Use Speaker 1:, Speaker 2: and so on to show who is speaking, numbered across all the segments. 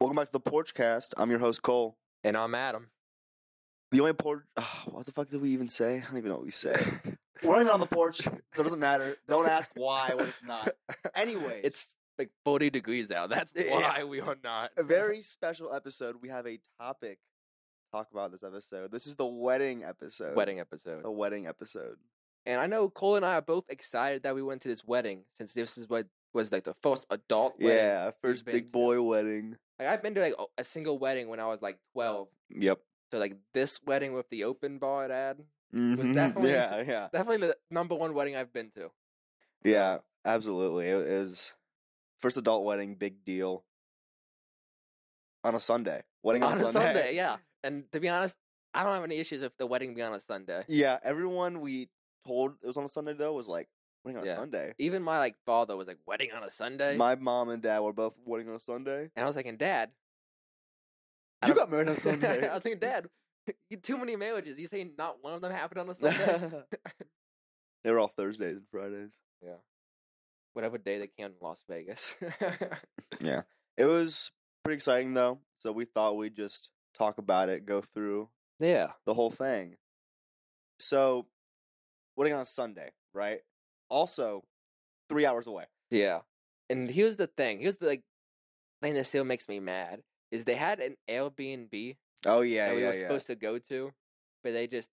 Speaker 1: Welcome back to the Porch Cast. I'm your host Cole.
Speaker 2: And I'm Adam.
Speaker 1: The only porch. what the fuck did we even say? I don't even know what we say. We're not even on the porch, so it doesn't matter. Don't ask why when it's not. Anyways,
Speaker 2: It's like 40 degrees out. That's
Speaker 1: Yeah.
Speaker 2: why we are not.
Speaker 1: a very special episode. We have a topic to talk about this episode. This is the wedding episode.
Speaker 2: wedding episode.
Speaker 1: The wedding episode.
Speaker 2: oh. And I know Cole and I are both excited that we went to this wedding since this is what was like the first adult wedding.
Speaker 1: Yeah, first
Speaker 2: been
Speaker 1: big
Speaker 2: to?
Speaker 1: boy wedding.
Speaker 2: Like I've been to like a- a single wedding when I was like 12.
Speaker 1: Yep.
Speaker 2: So like this wedding with the open bar it had,
Speaker 1: Mhm.
Speaker 2: definitely-
Speaker 1: Yeah, yeah,
Speaker 2: definitely the number one wedding I've been to.
Speaker 1: yeah. Absolutely, it is first adult wedding, big deal. On a Sunday, wedding on,
Speaker 2: on a Sunday, yeah. And to be honest, I don't have any issues if the wedding be on a Sunday.
Speaker 1: Yeah, everyone we told it was on a Sunday though was like wedding on a
Speaker 2: Yeah.
Speaker 1: Sunday.
Speaker 2: Even my like father was like wedding on a Sunday,
Speaker 1: My mom and dad were both wedding on a Sunday.
Speaker 2: and I was like, and Dad, I
Speaker 1: You
Speaker 2: don't-
Speaker 1: got married on Sunday.
Speaker 2: I was thinking, Dad, you- too many marriages. You say not one of them happened on a Sunday.
Speaker 1: they were all Thursdays and Fridays.
Speaker 2: Whatever day they can in Las Vegas.
Speaker 1: It was pretty exciting though, so we thought we'd just talk about it, go through
Speaker 2: yeah.
Speaker 1: the whole thing. So, wedding on a Sunday, right? Also, three hours away.
Speaker 2: Yeah. And here's the thing. Here's the like thing that still makes me mad is they had an Airbnb
Speaker 1: Oh yeah,
Speaker 2: that we were supposed to go to, but they just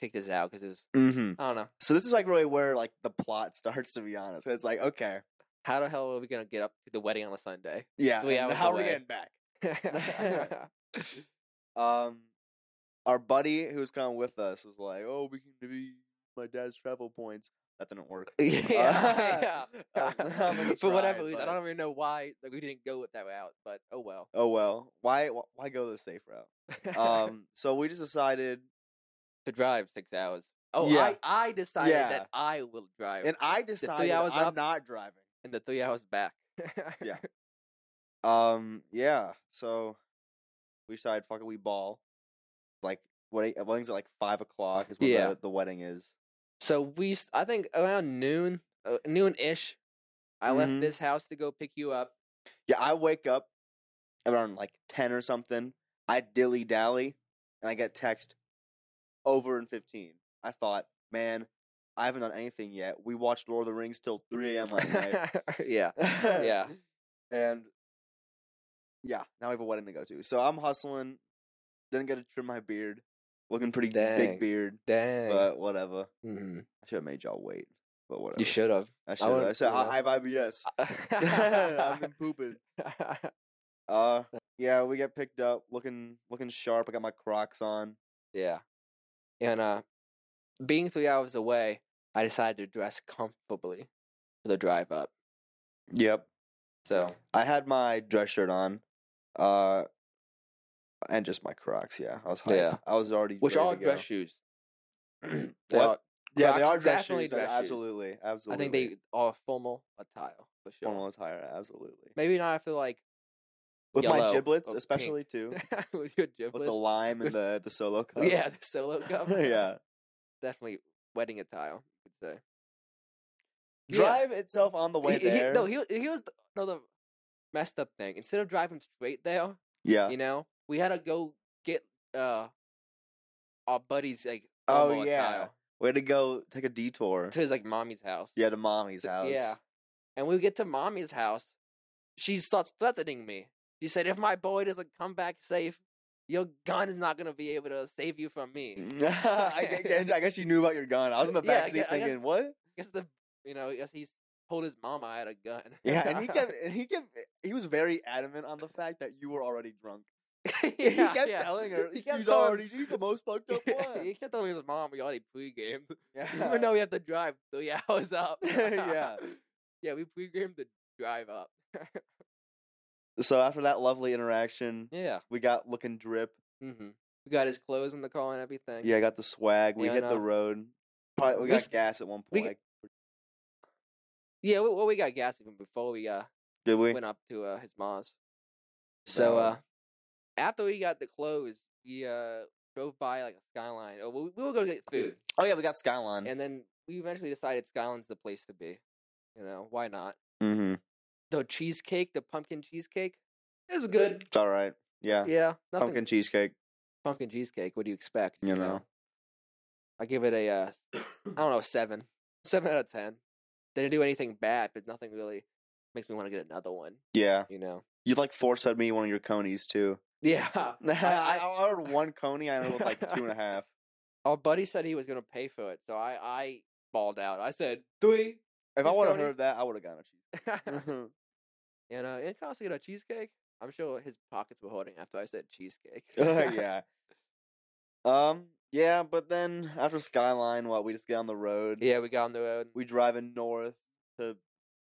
Speaker 2: kicked us out because it was
Speaker 1: Mm-hmm.
Speaker 2: I don't know
Speaker 1: So this is like really where like the plot starts. To be honest, it's like okay,
Speaker 2: how the hell are we gonna get up to the wedding on a Sunday?
Speaker 1: yeah.
Speaker 2: Three
Speaker 1: and
Speaker 2: hours
Speaker 1: how are we
Speaker 2: away.
Speaker 1: getting back? um, our buddy who was coming with us was like, "Oh, we can be my dad's travel points." That didn't work. Uh,
Speaker 2: yeah,
Speaker 1: I
Speaker 2: yeah.
Speaker 1: don't know how many
Speaker 2: For whatever
Speaker 1: tried,
Speaker 2: reason, I
Speaker 1: but-
Speaker 2: don't even know why like, we didn't go with that route, but oh well.
Speaker 1: Oh well, why wh- why go the safe route? Um, so we just decided,
Speaker 2: to drive six hours. Oh,
Speaker 1: Yeah.
Speaker 2: I, I decided
Speaker 1: Yeah.
Speaker 2: that I will drive
Speaker 1: and I decided
Speaker 2: hours
Speaker 1: I'm
Speaker 2: up.
Speaker 1: not driving.
Speaker 2: in the three hours back.
Speaker 1: Yeah. Um, yeah. So we decided, fuck it, we ball. Like what? I think it's at like five o'clock is when
Speaker 2: Yeah.
Speaker 1: the, the wedding is.
Speaker 2: So we, s- I think around noon, uh, noon ish, I
Speaker 1: Mhm.
Speaker 2: left this house to go pick you up.
Speaker 1: Yeah, I wake up around like ten or something. I dilly dally, and I get text over in fifteen. I thought, man, I haven't done anything yet. We watched Lord of the Rings till three a.m. last night.
Speaker 2: yeah. Yeah.
Speaker 1: and yeah, now we have a wedding to go to. So I'm hustling. Didn't get to trim my beard. Looking pretty big
Speaker 2: Dang.
Speaker 1: beard,
Speaker 2: Dang.
Speaker 1: but whatever.
Speaker 2: Mhm.
Speaker 1: I should have made y'all wait, but whatever.
Speaker 2: You should have.
Speaker 1: I should. I,
Speaker 2: would've-
Speaker 1: said
Speaker 2: you
Speaker 1: I,
Speaker 2: know.
Speaker 1: I have IBS. I've been pooping. Uh, yeah, we get picked up looking looking sharp. I got my Crocs on.
Speaker 2: yeah. And uh, being three hours away, I decided to dress comfortably for the drive up.
Speaker 1: Yep,
Speaker 2: So
Speaker 1: I had my dress shirt on, uh, and just my Crocs. Yeah, I was hyped.
Speaker 2: Yeah.
Speaker 1: I was already
Speaker 2: which
Speaker 1: ready
Speaker 2: all
Speaker 1: to go.
Speaker 2: dress shoes.
Speaker 1: what?
Speaker 2: They are-
Speaker 1: yeah, they
Speaker 2: Crocs
Speaker 1: are dress
Speaker 2: definitely
Speaker 1: shoes.
Speaker 2: dress shoes.
Speaker 1: Absolutely,
Speaker 2: I
Speaker 1: absolutely.
Speaker 2: think they are formal attire for sure.
Speaker 1: formal attire. Absolutely.
Speaker 2: Maybe not after like
Speaker 1: With my
Speaker 2: yellow
Speaker 1: giblets,
Speaker 2: or pink.
Speaker 1: especially too,
Speaker 2: with your
Speaker 1: with the
Speaker 2: giblets.
Speaker 1: lime and
Speaker 2: With-
Speaker 1: the the solo cup.
Speaker 2: yeah, the solo cup.
Speaker 1: yeah.
Speaker 2: definitely wedding attire. You could say. Yeah.
Speaker 1: Drive itself on the way
Speaker 2: He- he-
Speaker 1: there.
Speaker 2: no, he he was the, no the messed up thing. Instead of driving straight there,
Speaker 1: yeah.
Speaker 2: you know, we had to go get uh our buddies like
Speaker 1: Oh,
Speaker 2: formal
Speaker 1: yeah.
Speaker 2: attire
Speaker 1: Way to go! Take a detour.
Speaker 2: to his like mommy's house.
Speaker 1: yeah, to mommy's house.
Speaker 2: Yeah. And we get to mommy's house. She starts threatening me. She said, if my boy doesn't come back safe, your gun is not going to be able to save you from
Speaker 1: Mm.
Speaker 2: me.
Speaker 1: I, gu- I guess you knew about your gun. I was in the
Speaker 2: Yeah, I
Speaker 1: back
Speaker 2: gue-
Speaker 1: seat
Speaker 2: I guess-
Speaker 1: thinking, "What?"
Speaker 2: guess the, you know, I guess he's told his mama I had a gun.
Speaker 1: Yeah, and he kept, and he kept, he was very adamant on the fact that you were already drunk.
Speaker 2: yeah,
Speaker 1: he kept
Speaker 2: yeah.
Speaker 1: telling her
Speaker 2: He kept
Speaker 1: he's
Speaker 2: telling-
Speaker 1: already he's the most fucked up one.
Speaker 2: he kept telling his mom we already pre-gamed.
Speaker 1: yeah.
Speaker 2: Even though we have to drive three hours up.
Speaker 1: Yeah.
Speaker 2: Yeah, we pre-gamed the drive up.
Speaker 1: So after that lovely interaction,
Speaker 2: yeah.
Speaker 1: we got looking drip.
Speaker 2: hmm We got his clothes in the car and everything.
Speaker 1: Yeah, I got the swag. We
Speaker 2: Yeah, I
Speaker 1: hit the
Speaker 2: know.
Speaker 1: road. Probably, we
Speaker 2: We
Speaker 1: got
Speaker 2: s-
Speaker 1: gas at one
Speaker 2: we
Speaker 1: point.
Speaker 2: g- Yeah, we- well, we got gas even before we uh,
Speaker 1: Did we?
Speaker 2: went up to uh, his mom's. So
Speaker 1: Valid.
Speaker 2: uh, after we got the clothes, we uh, drove by like a skyline. Oh, we, we were going to get food,
Speaker 1: Oh yeah, we got Skyline.
Speaker 2: and then we eventually decided Skyline's the place to be. You know why not?
Speaker 1: mm-hmm.
Speaker 2: The cheesecake, the pumpkin cheesecake, It was good.
Speaker 1: It's all right. Yeah.
Speaker 2: Yeah, nothing.
Speaker 1: Pumpkin cheesecake.
Speaker 2: Pumpkin, cheesecake. What do you expect?
Speaker 1: You know.
Speaker 2: I give it a uh, I don't know seven, seven out of ten. They didn't do anything bad, but nothing really makes me want to get another one.
Speaker 1: Yeah.
Speaker 2: You know?
Speaker 1: You like force fed me one of your conies too.
Speaker 2: Yeah.
Speaker 1: I, I,
Speaker 2: I-
Speaker 1: I ordered one coney. I ordered like two and a half.
Speaker 2: Our buddy said he was gonna pay for it, so I I balled out. I said three.
Speaker 1: If I
Speaker 2: Who's
Speaker 1: would have
Speaker 2: coney?
Speaker 1: heard that, I would have gotten a
Speaker 2: you
Speaker 1: cheesecake.
Speaker 2: know, it cost you a cheesecake. I'm sure his pockets were hurting after I said cheesecake.
Speaker 1: Uh, yeah. Um. Yeah, but then after Skyline, what we just get on the road.
Speaker 2: Yeah, we got on the road.
Speaker 1: We driving north to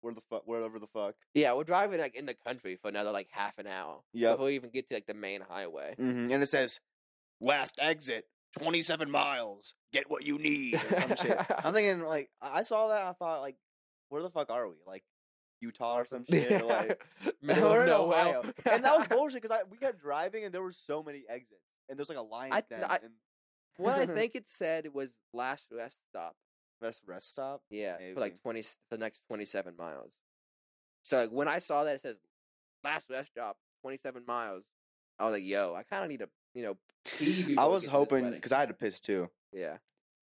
Speaker 1: where the fuck, wherever the fuck.
Speaker 2: Yeah, we're driving like in the country for another like half an hour
Speaker 1: Yep.
Speaker 2: before we even get to like the main highway.
Speaker 1: Mm-hmm. And it says, "Last exit, twenty-seven miles. Get what you need." Or some shit. I'm thinking like I I saw that. I thought like, where the fuck are we? Like Utah or some shit. or, like
Speaker 2: Middle
Speaker 1: we're
Speaker 2: of
Speaker 1: in
Speaker 2: nowhere.
Speaker 1: Ohio, and that was bullshit because I we kept driving and there were so many exits and there's like a lion's
Speaker 2: I-
Speaker 1: den
Speaker 2: I-
Speaker 1: and
Speaker 2: what I think it said was last rest stop.
Speaker 1: rest rest stop.
Speaker 2: Yeah, for
Speaker 1: Maybe.
Speaker 2: like twenty s- for the next twenty seven miles. So like, when I saw that it says last rest stop twenty seven miles, I was like, "Yo, I kind of need to you know pee."
Speaker 1: I was
Speaker 2: before we get to this
Speaker 1: hoping
Speaker 2: wedding."
Speaker 1: because I had to piss too.
Speaker 2: yeah,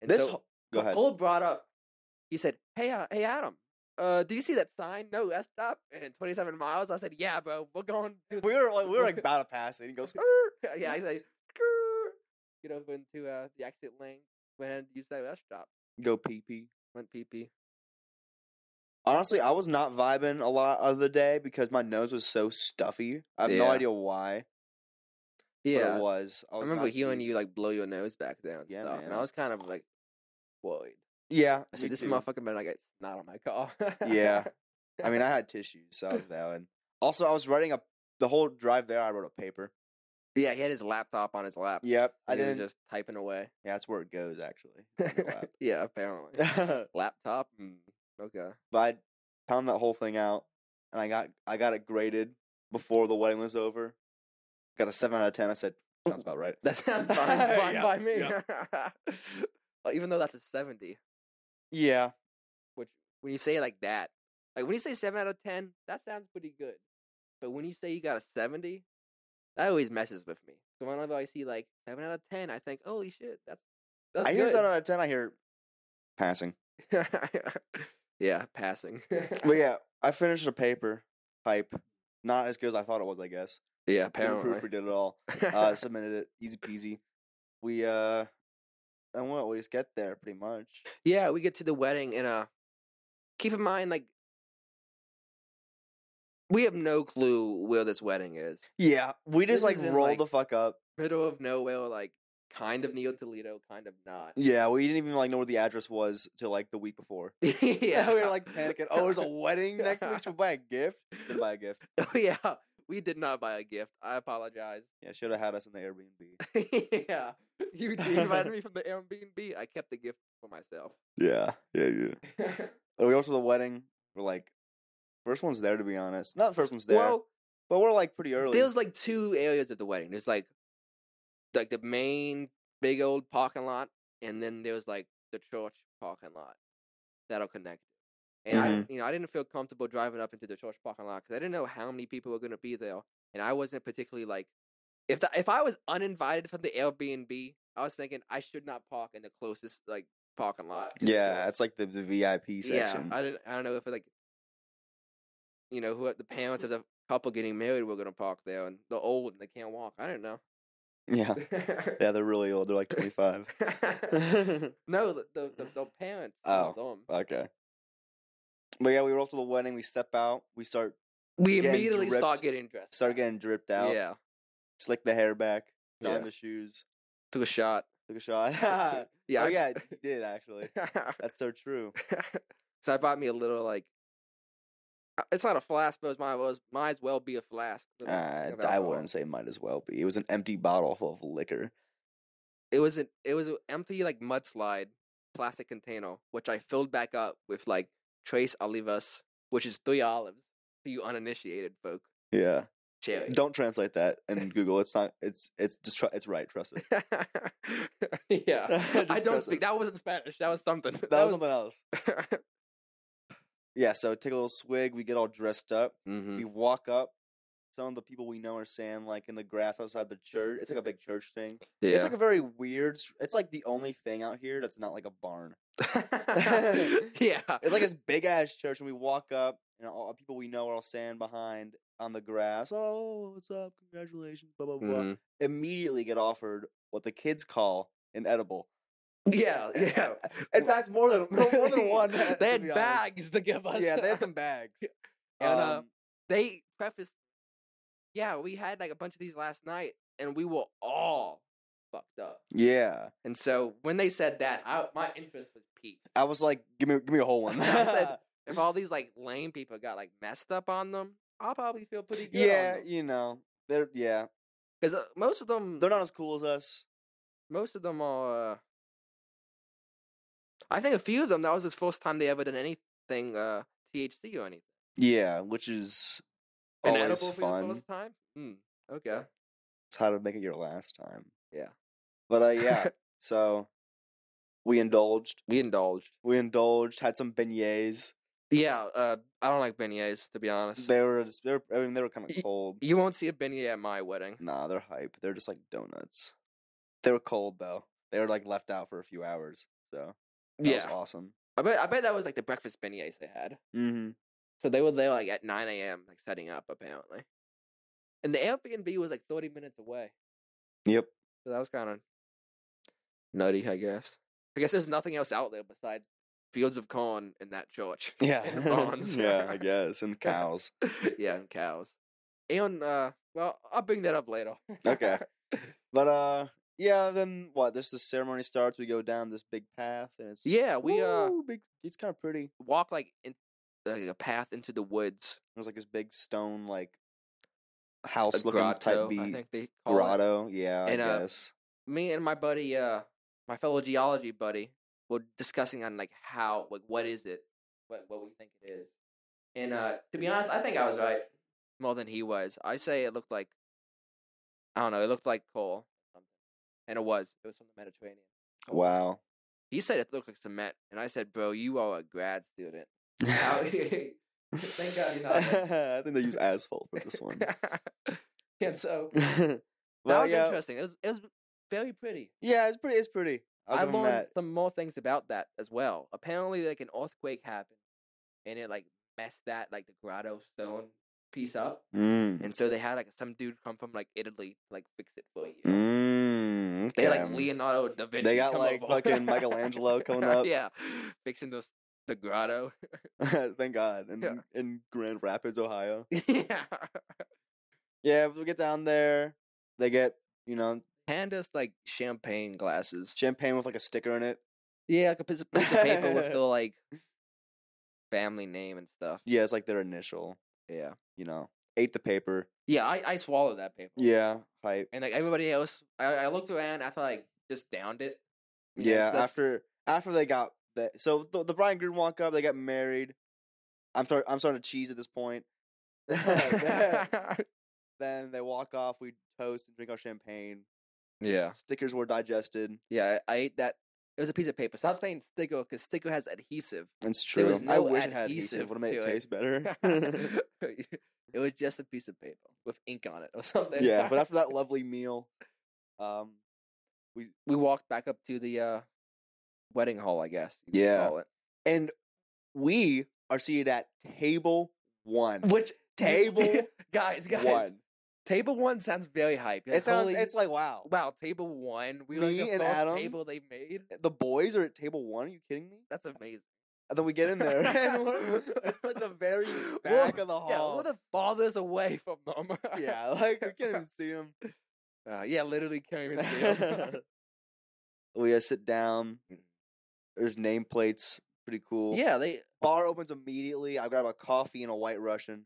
Speaker 2: and
Speaker 1: This
Speaker 2: so,
Speaker 1: ho- go ahead.
Speaker 2: Cole brought up. He said, "Hey, uh, hey, Adam." Uh, did you see that sign? No rest stop and 27 miles. I said, "Yeah, bro, we're going." To
Speaker 1: We were like we were like about to pass it. And he goes,
Speaker 2: "Err." yeah, he's like, "Grr." get over into uh, the exit lane. Went and used that rest stop.
Speaker 1: "Go pee pee."
Speaker 2: Went pee pee.
Speaker 1: Honestly, I was not vibing a lot of the day because my nose was so stuffy. I have no
Speaker 2: Yeah.
Speaker 1: idea why, but
Speaker 2: Yeah,
Speaker 1: it was. I,
Speaker 2: I
Speaker 1: was
Speaker 2: remember
Speaker 1: not
Speaker 2: hearing
Speaker 1: feeling-
Speaker 2: you like blow your nose back down. and
Speaker 1: Yeah,
Speaker 2: stuff,
Speaker 1: man,
Speaker 2: and
Speaker 1: I
Speaker 2: I
Speaker 1: was-
Speaker 2: was kind of like worried.
Speaker 1: Yeah,
Speaker 2: I
Speaker 1: me
Speaker 2: said, "This
Speaker 1: too.
Speaker 2: motherfucker better not get snot on my car."
Speaker 1: Yeah. I mean, I had tissues, so I was valid. Also, I was writing a the whole drive there. I wrote a paper.
Speaker 2: yeah, he had his laptop on his lap.
Speaker 1: Yep, I
Speaker 2: and he was
Speaker 1: didn't.
Speaker 2: just typing away.
Speaker 1: Yeah, that's where it goes actually. on your lap.
Speaker 2: yeah, apparently. Laptop. Mm, okay.
Speaker 1: but I pounded that whole thing out, and I got I got it graded before the wedding was over. Got a seven out of ten. I said sounds about right.
Speaker 2: That sounds fine, fine
Speaker 1: Yeah,
Speaker 2: by me.
Speaker 1: yeah.
Speaker 2: Well, Even though that's a 70,
Speaker 1: Yeah,
Speaker 2: which when you say it like that, like when you say 7 out of 10, that sounds pretty good. But when you say you got a 70, that always messes with me. So whenever I see like 7 out of 10, I think, holy shit, that's. that's
Speaker 1: I hear
Speaker 2: good.
Speaker 1: seven out of ten. I hear passing.
Speaker 2: yeah, passing.
Speaker 1: But yeah, I finished a paper type. Not as good as I thought it was, I guess. Didn't
Speaker 2: yeah, apparently.
Speaker 1: proofread it at all. Uh, submitted it, easy peasy. We uh, and what we just get there pretty much.
Speaker 2: Yeah, we get to the wedding and uh keep in mind like we have no clue where this wedding is.
Speaker 1: Yeah, we just
Speaker 2: This
Speaker 1: like
Speaker 2: is in,
Speaker 1: rolled
Speaker 2: like-
Speaker 1: the fuck up.
Speaker 2: Middle of nowhere, like kind of Neo Toledo, kind of not.
Speaker 1: Yeah, we didn't even like know where the address was till like the week before.
Speaker 2: yeah,
Speaker 1: we were like panicking. Oh, there's a wedding next week. Should we buy a gift? Didn't buy a gift.
Speaker 2: Oh, yeah, we did not buy a gift. I apologize.
Speaker 1: Yeah, should have had us in the Airbnb.
Speaker 2: yeah, you invited me from the Airbnb. I kept the gift for myself.
Speaker 1: Yeah, yeah, yeah. We go to the wedding. We're like, first one's there to be honest. Not first one's there,
Speaker 2: well,
Speaker 1: but we're like pretty early.
Speaker 2: There's like two areas of the wedding. There's like like the main big old parking lot, and then there's like the church parking lot that'll connect. And
Speaker 1: Mm-hmm.
Speaker 2: I, you know, I didn't feel comfortable driving up into the church parking lot because I didn't know how many people were going to be there, and I wasn't particularly like if the, if I was uninvited from the Airbnb, I was thinking I should not park in the closest like parking lot. to the door.
Speaker 1: yeah, it's like the, the VIP section.
Speaker 2: Yeah, I don't, I don't know if like, you know, who the parents of the couple getting married were gonna park there, and the old and they can't walk. I don't know.
Speaker 1: yeah, yeah, they're really old. They're like 25.
Speaker 2: no, the the, the, the parents.
Speaker 1: Oh.
Speaker 2: not them.
Speaker 1: okay. But yeah, we roll up to the wedding. We step out. We start
Speaker 2: We
Speaker 1: Getting
Speaker 2: immediately start
Speaker 1: dripped-
Speaker 2: getting dressed.
Speaker 1: start getting dripped out.
Speaker 2: Yeah,
Speaker 1: Slick the hair back. Don
Speaker 2: Yeah.
Speaker 1: the shoes.
Speaker 2: took a shot.
Speaker 1: Took a shot.
Speaker 2: yeah,
Speaker 1: oh
Speaker 2: I-
Speaker 1: yeah, you did actually. That's so true.
Speaker 2: so I bought me a little like. uh, It's not a flask, but it's my was might as well be a flask. little
Speaker 1: Uh,
Speaker 2: thing of
Speaker 1: I
Speaker 2: alcohol.
Speaker 1: wouldn't say might as well be. It was an empty bottle full of liquor.
Speaker 2: it was an it was an empty like mudslide plastic container which I filled back up with like tres olivas, which is three olives for you uninitiated folk.
Speaker 1: Yeah.
Speaker 2: Cherry.
Speaker 1: Don't translate that in Google. It's not. It's it's just. Try, it's right. Trust us.
Speaker 2: yeah, I
Speaker 1: Just
Speaker 2: don't
Speaker 1: got this.
Speaker 2: speak. That wasn't Spanish. That was something.
Speaker 1: That, was something else. Yeah. So take a little swig. We get all dressed up.
Speaker 2: hmm
Speaker 1: We walk up some of the people we know are saying like in the grass outside the church. It's like a big church thing.
Speaker 2: Yeah.
Speaker 1: It's like a very weird. s- It's like the only thing out here that's not like a barn.
Speaker 2: yeah.
Speaker 1: It's like this big ass church, and we walk up, and all people we know are all standing behind on the grass. Oh, what's up? Congratulations, blah blah blah.
Speaker 2: Mhm.
Speaker 1: Immediately get offered what the kids call an edible.
Speaker 2: Yeah, yeah.
Speaker 1: In fact, more than more than one. uh, to
Speaker 2: they had
Speaker 1: be honest.
Speaker 2: bags to give us.
Speaker 1: Yeah, they had some bags.
Speaker 2: And, uh,
Speaker 1: Um,
Speaker 2: they prefaced, yeah, we had like a bunch of these last night, and we were all fucked up.
Speaker 1: yeah,
Speaker 2: And so when they said that, I, my interest was peaked.
Speaker 1: I was like, give me give me a whole one.
Speaker 2: I said, If all these like lame people got like messed up on them, I'll probably feel pretty good.
Speaker 1: yeah, you know, they're yeah,
Speaker 2: because uh, most of them,
Speaker 1: they're not as cool as us.
Speaker 2: most of them are. Uh, I think a few of them. That was the first time they ever did anything uh, THC or anything.
Speaker 1: Yeah, which is
Speaker 2: An
Speaker 1: always
Speaker 2: edible for the
Speaker 1: fun.
Speaker 2: first time. Mm, okay.
Speaker 1: It's how to make it your last time.
Speaker 2: Yeah.
Speaker 1: but uh, yeah, so we indulged.
Speaker 2: we indulged.
Speaker 1: We indulged. Had some beignets.
Speaker 2: Yeah, uh, I don't like beignets to be honest.
Speaker 1: They were just, they were, I mean they were kind
Speaker 2: Y-
Speaker 1: of cold.
Speaker 2: you won't see a beignet at my wedding.
Speaker 1: Nah, they're hype. They're just like donuts. They were cold though. They were like left out for a few hours. So that was
Speaker 2: yeah,
Speaker 1: awesome.
Speaker 2: I bet I bet that was like the breakfast beignets they had.
Speaker 1: Mm-hmm.
Speaker 2: So they were there like at 9 a.m. like setting up apparently, and the Airbnb was like 30 minutes away.
Speaker 1: Yep.
Speaker 2: So that was kind of nutty, I guess. I guess there's nothing else out there besides fields of corn in that church. And barns.
Speaker 1: yeah, I guess. And cows.
Speaker 2: yeah, and cows. And uh, well, I'll bring that up later.
Speaker 1: Okay. But uh yeah, then what? This the ceremony starts, we go down this big path and it's
Speaker 2: yeah, we uh
Speaker 1: Ooh, big it's kinda pretty.
Speaker 2: walk like in like, a path into the woods,
Speaker 1: There's like this big stone like
Speaker 2: a
Speaker 1: house looking
Speaker 2: grotto.
Speaker 1: type
Speaker 2: I
Speaker 1: B
Speaker 2: think they call it.
Speaker 1: grotto, yeah,
Speaker 2: And,
Speaker 1: I
Speaker 2: uh,
Speaker 1: guess.
Speaker 2: me and my buddy, uh, my fellow geology buddy, were discussing on like how, like, what is it, what what we think it is, and uh, to be honest, I think I was right more than he was. I say it looked like, I don't know, it looked like coal, and it was, it was from the Mediterranean.
Speaker 1: Wow.
Speaker 2: He said it looked like cement, and I said, bro, you are a grad student. Out here. Thank God you're not
Speaker 1: I think they use asphalt for this one.
Speaker 2: and so
Speaker 1: well,
Speaker 2: that was
Speaker 1: yeah,
Speaker 2: interesting. It was it was very pretty.
Speaker 1: yeah, it's pretty. It's pretty. I'll
Speaker 2: I
Speaker 1: give 'em
Speaker 2: learned
Speaker 1: that.
Speaker 2: some more things about that as well. Apparently, like an earthquake happened, and it like messed that like the grotto stone piece up,
Speaker 1: Mm.
Speaker 2: and so they had like some dude come from like Italy to, like fix it for you.
Speaker 1: Mm.
Speaker 2: They had,
Speaker 1: okay.
Speaker 2: like Leonardo da Vinci.
Speaker 1: got,
Speaker 2: come
Speaker 1: like,
Speaker 2: over.
Speaker 1: fucking Michelangelo coming up.
Speaker 2: yeah, fixing those the grotto.
Speaker 1: Thank God. In,
Speaker 2: Yeah.
Speaker 1: in Grand Rapids, Ohio.
Speaker 2: yeah,
Speaker 1: Yeah, we get down there. They get, you know,
Speaker 2: hand us like champagne glasses.
Speaker 1: champagne with like a sticker in it.
Speaker 2: Yeah, like a piece of, piece of paper with the like family name and stuff.
Speaker 1: Yeah, it's like their initial,
Speaker 2: Yeah,
Speaker 1: you know. Ate the paper.
Speaker 2: yeah. I I swallowed that paper.
Speaker 1: Yeah, hype.
Speaker 2: and like everybody else, I, I looked around after like just downed it. you know,
Speaker 1: Yeah,
Speaker 2: that's-
Speaker 1: after after they got that. So the, the bride and groom walk up, they got married. I'm sorry, I'm starting to cheese at this point. then they walk off, we toast and drink our champagne.
Speaker 2: yeah,
Speaker 1: Stickers were digested.
Speaker 2: yeah. I, I ate that. It was a piece of paper. Stop saying sticker because sticker has adhesive.
Speaker 1: That's
Speaker 2: There was
Speaker 1: I
Speaker 2: no
Speaker 1: wish it had adhesive.
Speaker 2: adhesive
Speaker 1: Would have made it
Speaker 2: to it.
Speaker 1: taste better.
Speaker 2: it was just a piece of paper with ink on it or something.
Speaker 1: yeah, but after that lovely meal, um,
Speaker 2: we walked back up to the uh, wedding hall, I guess. you could
Speaker 1: Yeah.
Speaker 2: call it.
Speaker 1: and we are seated at table one.
Speaker 2: Which
Speaker 1: Table
Speaker 2: guys, guys,
Speaker 1: one.
Speaker 2: table one sounds very hype. Like,
Speaker 1: It sounds.
Speaker 2: holy-
Speaker 1: It's like wow.
Speaker 2: wow, table one. We were like
Speaker 1: Me
Speaker 2: the
Speaker 1: and
Speaker 2: first
Speaker 1: Adam-
Speaker 2: table they made.
Speaker 1: The boys are at table one. Are you kidding me?
Speaker 2: That's amazing.
Speaker 1: And then we get in there, and we're, it's like the very
Speaker 2: We're-
Speaker 1: back of the
Speaker 2: Yeah, we're
Speaker 1: hall.
Speaker 2: the farthest away from them.
Speaker 1: Yeah, like we can't even see them.
Speaker 2: Uh, yeah, literally can't even see 'em.
Speaker 1: we uh, sit down.
Speaker 2: Mhm.
Speaker 1: There's nameplates. Pretty cool.
Speaker 2: yeah, they.
Speaker 1: Bar opens immediately. I grab a coffee and a white Russian.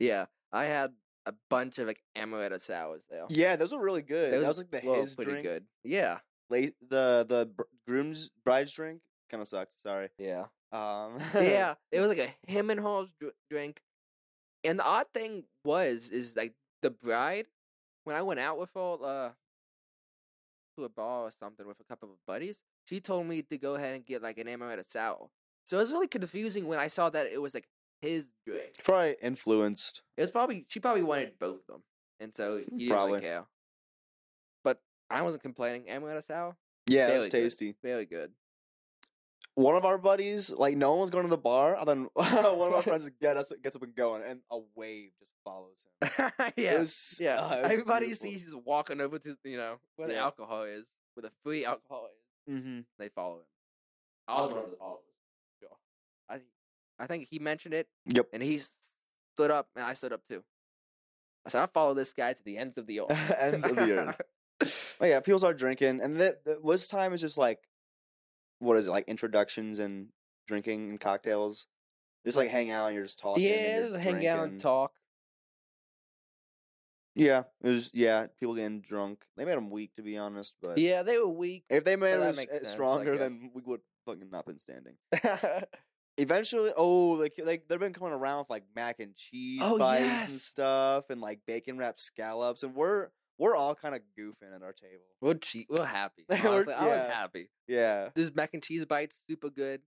Speaker 2: yeah, I had a bunch of like amaretto sours there.
Speaker 1: Yeah, those were really good.
Speaker 2: Those
Speaker 1: that was like the
Speaker 2: were
Speaker 1: his
Speaker 2: pretty
Speaker 1: drink.
Speaker 2: good. Yeah,
Speaker 1: Late, the the br- groom's bride's drink kind of sucked. Sorry.
Speaker 2: yeah,
Speaker 1: Um,
Speaker 2: yeah. It was like a him and hers dr- drink, and the odd thing was is like the bride when I went out with her uh, to a bar or something with a couple of buddies, she told me to go ahead and get like an amaretto sour. So it was really confusing when I saw that it was like his drink.
Speaker 1: It's probably influenced.
Speaker 2: It was probably she probably wanted both of them, and so you didn't
Speaker 1: Probably.
Speaker 2: really care. But I wasn't complaining. Amaretto sour,
Speaker 1: Yeah,
Speaker 2: Very
Speaker 1: it's
Speaker 2: good.
Speaker 1: tasty.
Speaker 2: very good.
Speaker 1: One of our buddies, like no one's going to the bar, and then one of our friends get us, gets up and going, and a wave just follows him.
Speaker 2: yeah,
Speaker 1: It was-
Speaker 2: yeah.
Speaker 1: ah, it was
Speaker 2: Everybody
Speaker 1: beautiful.
Speaker 2: sees he's walking over to you know where the
Speaker 1: Yeah.
Speaker 2: alcohol is, where the free alcohol is.
Speaker 1: Mhm.
Speaker 2: They follow him. I was one of the followers. Sure. I think- I think he mentioned it,
Speaker 1: Yep.
Speaker 2: and he stood up, and I stood up too. I said, "I follow this guy to the ends of the earth."
Speaker 1: Ends of the earth. But yeah, people start drinking, and th- th- this time is just like, what is it like? Introductions and drinking and cocktails. Just like hang out, and you're just talking. and
Speaker 2: yeah,
Speaker 1: you're
Speaker 2: it was a hang out and
Speaker 1: drinking.
Speaker 2: talk.
Speaker 1: Yeah, it was. Yeah, people getting drunk. They made them weak, to be honest. But
Speaker 2: Yeah, they were weak.
Speaker 1: if they made
Speaker 2: that
Speaker 1: us
Speaker 2: makes
Speaker 1: uh,
Speaker 2: sense, I
Speaker 1: stronger,
Speaker 2: guess.
Speaker 1: then we would fucking not been standing. Eventually, oh, like like they've been coming around with like mac and cheese
Speaker 2: Oh,
Speaker 1: bites and
Speaker 2: yes.
Speaker 1: stuff, and like bacon wrapped scallops, and we're we're all kind of goofing at our table.
Speaker 2: we're cheat. We're happy.
Speaker 1: We're-
Speaker 2: Honestly, I was
Speaker 1: yeah.
Speaker 2: happy.
Speaker 1: Yeah,
Speaker 2: There's mac and cheese bites, super good.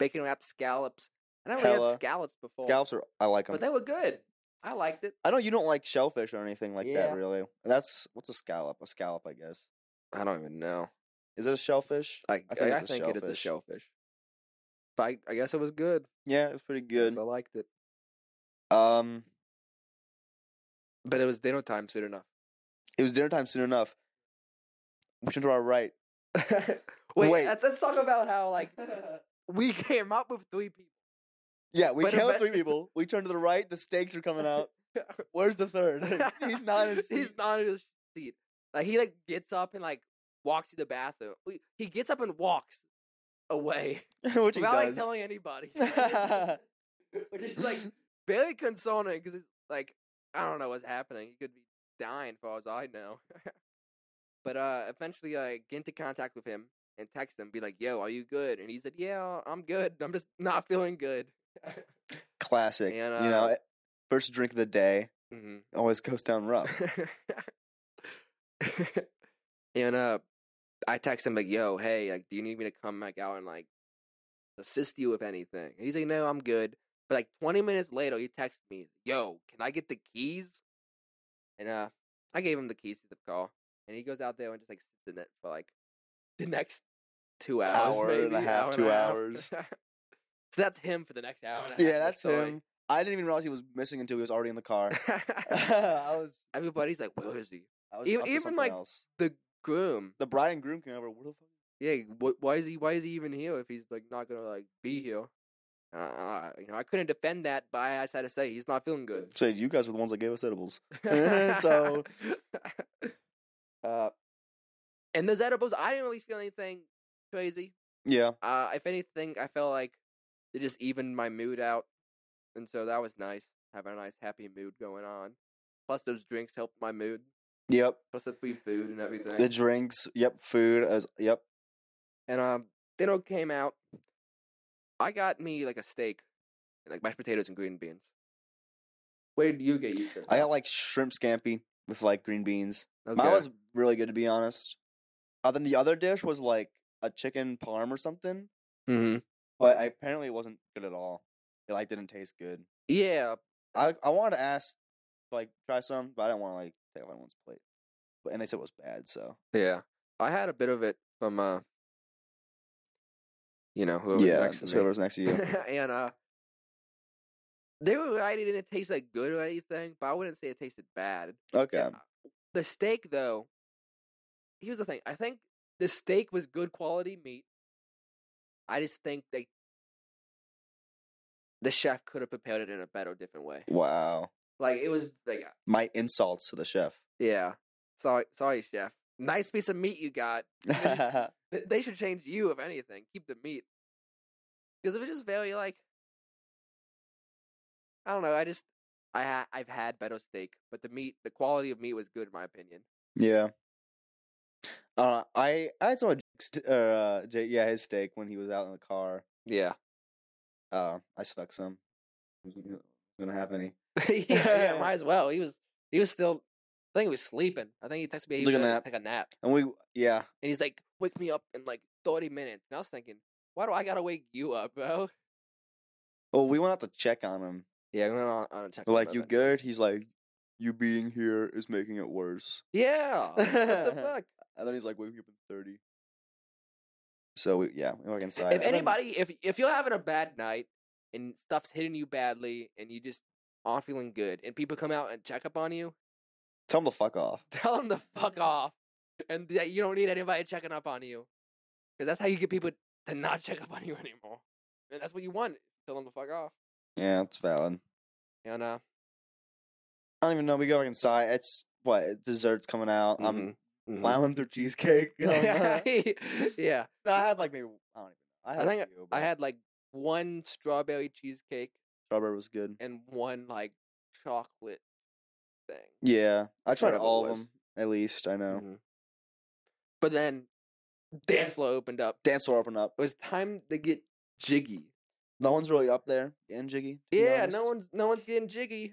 Speaker 2: Bacon wrapped scallops. I never really
Speaker 1: Hella.
Speaker 2: had scallops before,
Speaker 1: scallops are I like them.
Speaker 2: but they were good. I liked it.
Speaker 1: I know you don't like shellfish or anything like
Speaker 2: Yeah.
Speaker 1: that, really. That's what's a scallop? A scallop, I guess.
Speaker 2: I don't even know.
Speaker 1: Is it a shellfish?
Speaker 2: I I think,
Speaker 1: it's a
Speaker 2: it is a shellfish. But I, I guess it was good.
Speaker 1: Yeah, it's pretty
Speaker 2: Yes,
Speaker 1: good.
Speaker 2: I liked it.
Speaker 1: Um,
Speaker 2: But it was dinner time soon enough.
Speaker 1: it was dinner time soon enough. Pushing to our right.
Speaker 2: Wait,
Speaker 1: Wait.
Speaker 2: Let's, let's talk about how like we came up with three people.
Speaker 1: Yeah, we
Speaker 2: But
Speaker 1: count
Speaker 2: ima-
Speaker 1: three people. We turn to the right. The stakes are coming out. Where's the third? He's not. in his
Speaker 2: He's
Speaker 1: seat.
Speaker 2: not in his seat. Like he like gets up and like walks to the bathroom. We- He gets up and walks away
Speaker 1: Which he
Speaker 2: without like
Speaker 1: does.
Speaker 2: telling anybody. Which is like very concerning because it's like I don't know what's happening. He could be dying, for all as I know. but uh, eventually, I get into contact with him and text him, be like, "Yo, are you good?" And he said, "Yeah, I'm good. I'm just not feeling good."
Speaker 1: Classic.
Speaker 2: And,
Speaker 1: you
Speaker 2: uh,
Speaker 1: know, it- first drink of the day
Speaker 2: Mhm.
Speaker 1: always goes down rough.
Speaker 2: and uh, I text him like, "Yo, hey, like, do you need me to come back out and like assist you with anything?" And he's like, "No, I'm good." But like 20 minutes later, he texts me, "Yo, can I get the keys?" And uh, I gave him the keys to the car, and he goes out there and just like sits in it for like the next two hours,
Speaker 1: Hour and a
Speaker 2: maybe,
Speaker 1: half,
Speaker 2: hour and
Speaker 1: two
Speaker 2: a half.
Speaker 1: hours.
Speaker 2: so that's him for the next hour. And a
Speaker 1: yeah,
Speaker 2: half
Speaker 1: that's
Speaker 2: of the story.
Speaker 1: him. I didn't even realize he was missing until he was already in the car. I was.
Speaker 2: Everybody's like, "Where is he?"
Speaker 1: I was
Speaker 2: E-
Speaker 1: up to
Speaker 2: even,
Speaker 1: something
Speaker 2: like,
Speaker 1: else.
Speaker 2: The groom.
Speaker 1: the bride and groom came over. What the fuck?
Speaker 2: yeah, wh- why is he why is he even here if he's like not gonna like be here? Uh, I- you know, I couldn't defend that, but I just had to say he's not feeling good.
Speaker 1: Say, you guys were the ones that gave us edibles. So-
Speaker 2: uh, and those edibles, I didn't really feel anything crazy.
Speaker 1: Yeah,
Speaker 2: Uh, if anything, I felt like it just evened my mood out, and so that was nice. Having a nice happy mood going on. Plus, those drinks helped my mood.
Speaker 1: yep.
Speaker 2: Plus, the free food and everything.
Speaker 1: The drinks, yep. Food, as yep.
Speaker 2: And um, Dino came out. I got me like a steak, and, like mashed potatoes and green beans. Where did you get you?
Speaker 1: I got like shrimp scampi with like green beans.
Speaker 2: okay.
Speaker 1: Mine was really good to be honest. Uh, then the other dish was like a chicken parm or something,
Speaker 2: Mhm.
Speaker 1: but I, apparently it wasn't good at all. It like didn't taste good.
Speaker 2: yeah,
Speaker 1: I I wanted to ask, like try some, but I didn't want to like take up anyone's plate. But and they said it was bad, so
Speaker 2: yeah. I had a bit of it from uh, you know whoever was next
Speaker 1: just
Speaker 2: to me.
Speaker 1: whoever's next to you.
Speaker 2: and uh, they were right. It didn't taste like good or anything, but I wouldn't say it tasted bad.
Speaker 1: okay,
Speaker 2: Yeah. The steak, though, here's the thing. I think the steak was good quality meat. I just think they, the chef could have prepared it in a better, different way.
Speaker 1: wow.
Speaker 2: Like it was like, uh,
Speaker 1: My insults to the chef.
Speaker 2: yeah, sorry, sorry, chef. Nice piece of meat you got. Th- They should change you if anything. Keep the meat because it was just very like, I don't know. I just I ha- I've had better steak, but the meat, the quality of meat was good in my opinion.
Speaker 1: Yeah. Uh, I I had someone, st- uh, J- yeah, his steak when he was out in the car.
Speaker 2: Yeah.
Speaker 1: Uh, I stuck some. Wasn't Gonna have any?
Speaker 2: yeah, yeah, might as well. He was he was still. I think he was sleeping. I think he texted me. He was
Speaker 1: Took a
Speaker 2: gonna
Speaker 1: nap.
Speaker 2: take a nap,
Speaker 1: And we, yeah,
Speaker 2: and he's like, "Wake me up in like thirty minutes." And I was thinking, why do I gotta wake you up, bro?
Speaker 1: Well, we went out to check on him.
Speaker 2: Yeah, I'm gonna on, on a text.
Speaker 1: We're like,
Speaker 2: him
Speaker 1: you
Speaker 2: about
Speaker 1: good? He's like, you being here is making it worse.
Speaker 2: that. Yeah. what the fuck?
Speaker 1: And then he's like, waking up at 30. So, we, yeah, we walk inside.
Speaker 2: if
Speaker 1: and then-
Speaker 2: anybody, if if you're having a bad night and stuff's hitting you badly and you just aren't feeling good, and people come out and check up on you,
Speaker 1: tell him to fuck off.
Speaker 2: tell them to fuck off, and that you don't need anybody checking up on you, because that's how you get people to not check up on you anymore, and that's what you want. Tell them to fuck off,
Speaker 1: Yeah, it's valid.
Speaker 2: and uh,
Speaker 1: I don't even know. We go back inside. It's what? it- Dessert's coming out. I'm
Speaker 2: mhm, mhm.
Speaker 1: plowing through cheesecake. Um, Mm-hmm. uh,
Speaker 2: mm-hmm. yeah,
Speaker 1: no, I had like maybe, I don't even know. I had, a
Speaker 2: think
Speaker 1: few,
Speaker 2: I
Speaker 1: but
Speaker 2: had like one strawberry cheesecake
Speaker 1: strawberry was good.
Speaker 2: and one like chocolate thing.
Speaker 1: Yeah, I tried
Speaker 2: Whatever it
Speaker 1: all of
Speaker 2: was.
Speaker 1: them, at least. I know.
Speaker 2: Mhm. But then dance floor opened up.
Speaker 1: Dance floor opened up.
Speaker 2: It was time to get jiggy.
Speaker 1: No one's really up there in Jiggy. to be
Speaker 2: Yeah,
Speaker 1: honest.
Speaker 2: no one's no one's getting jiggy.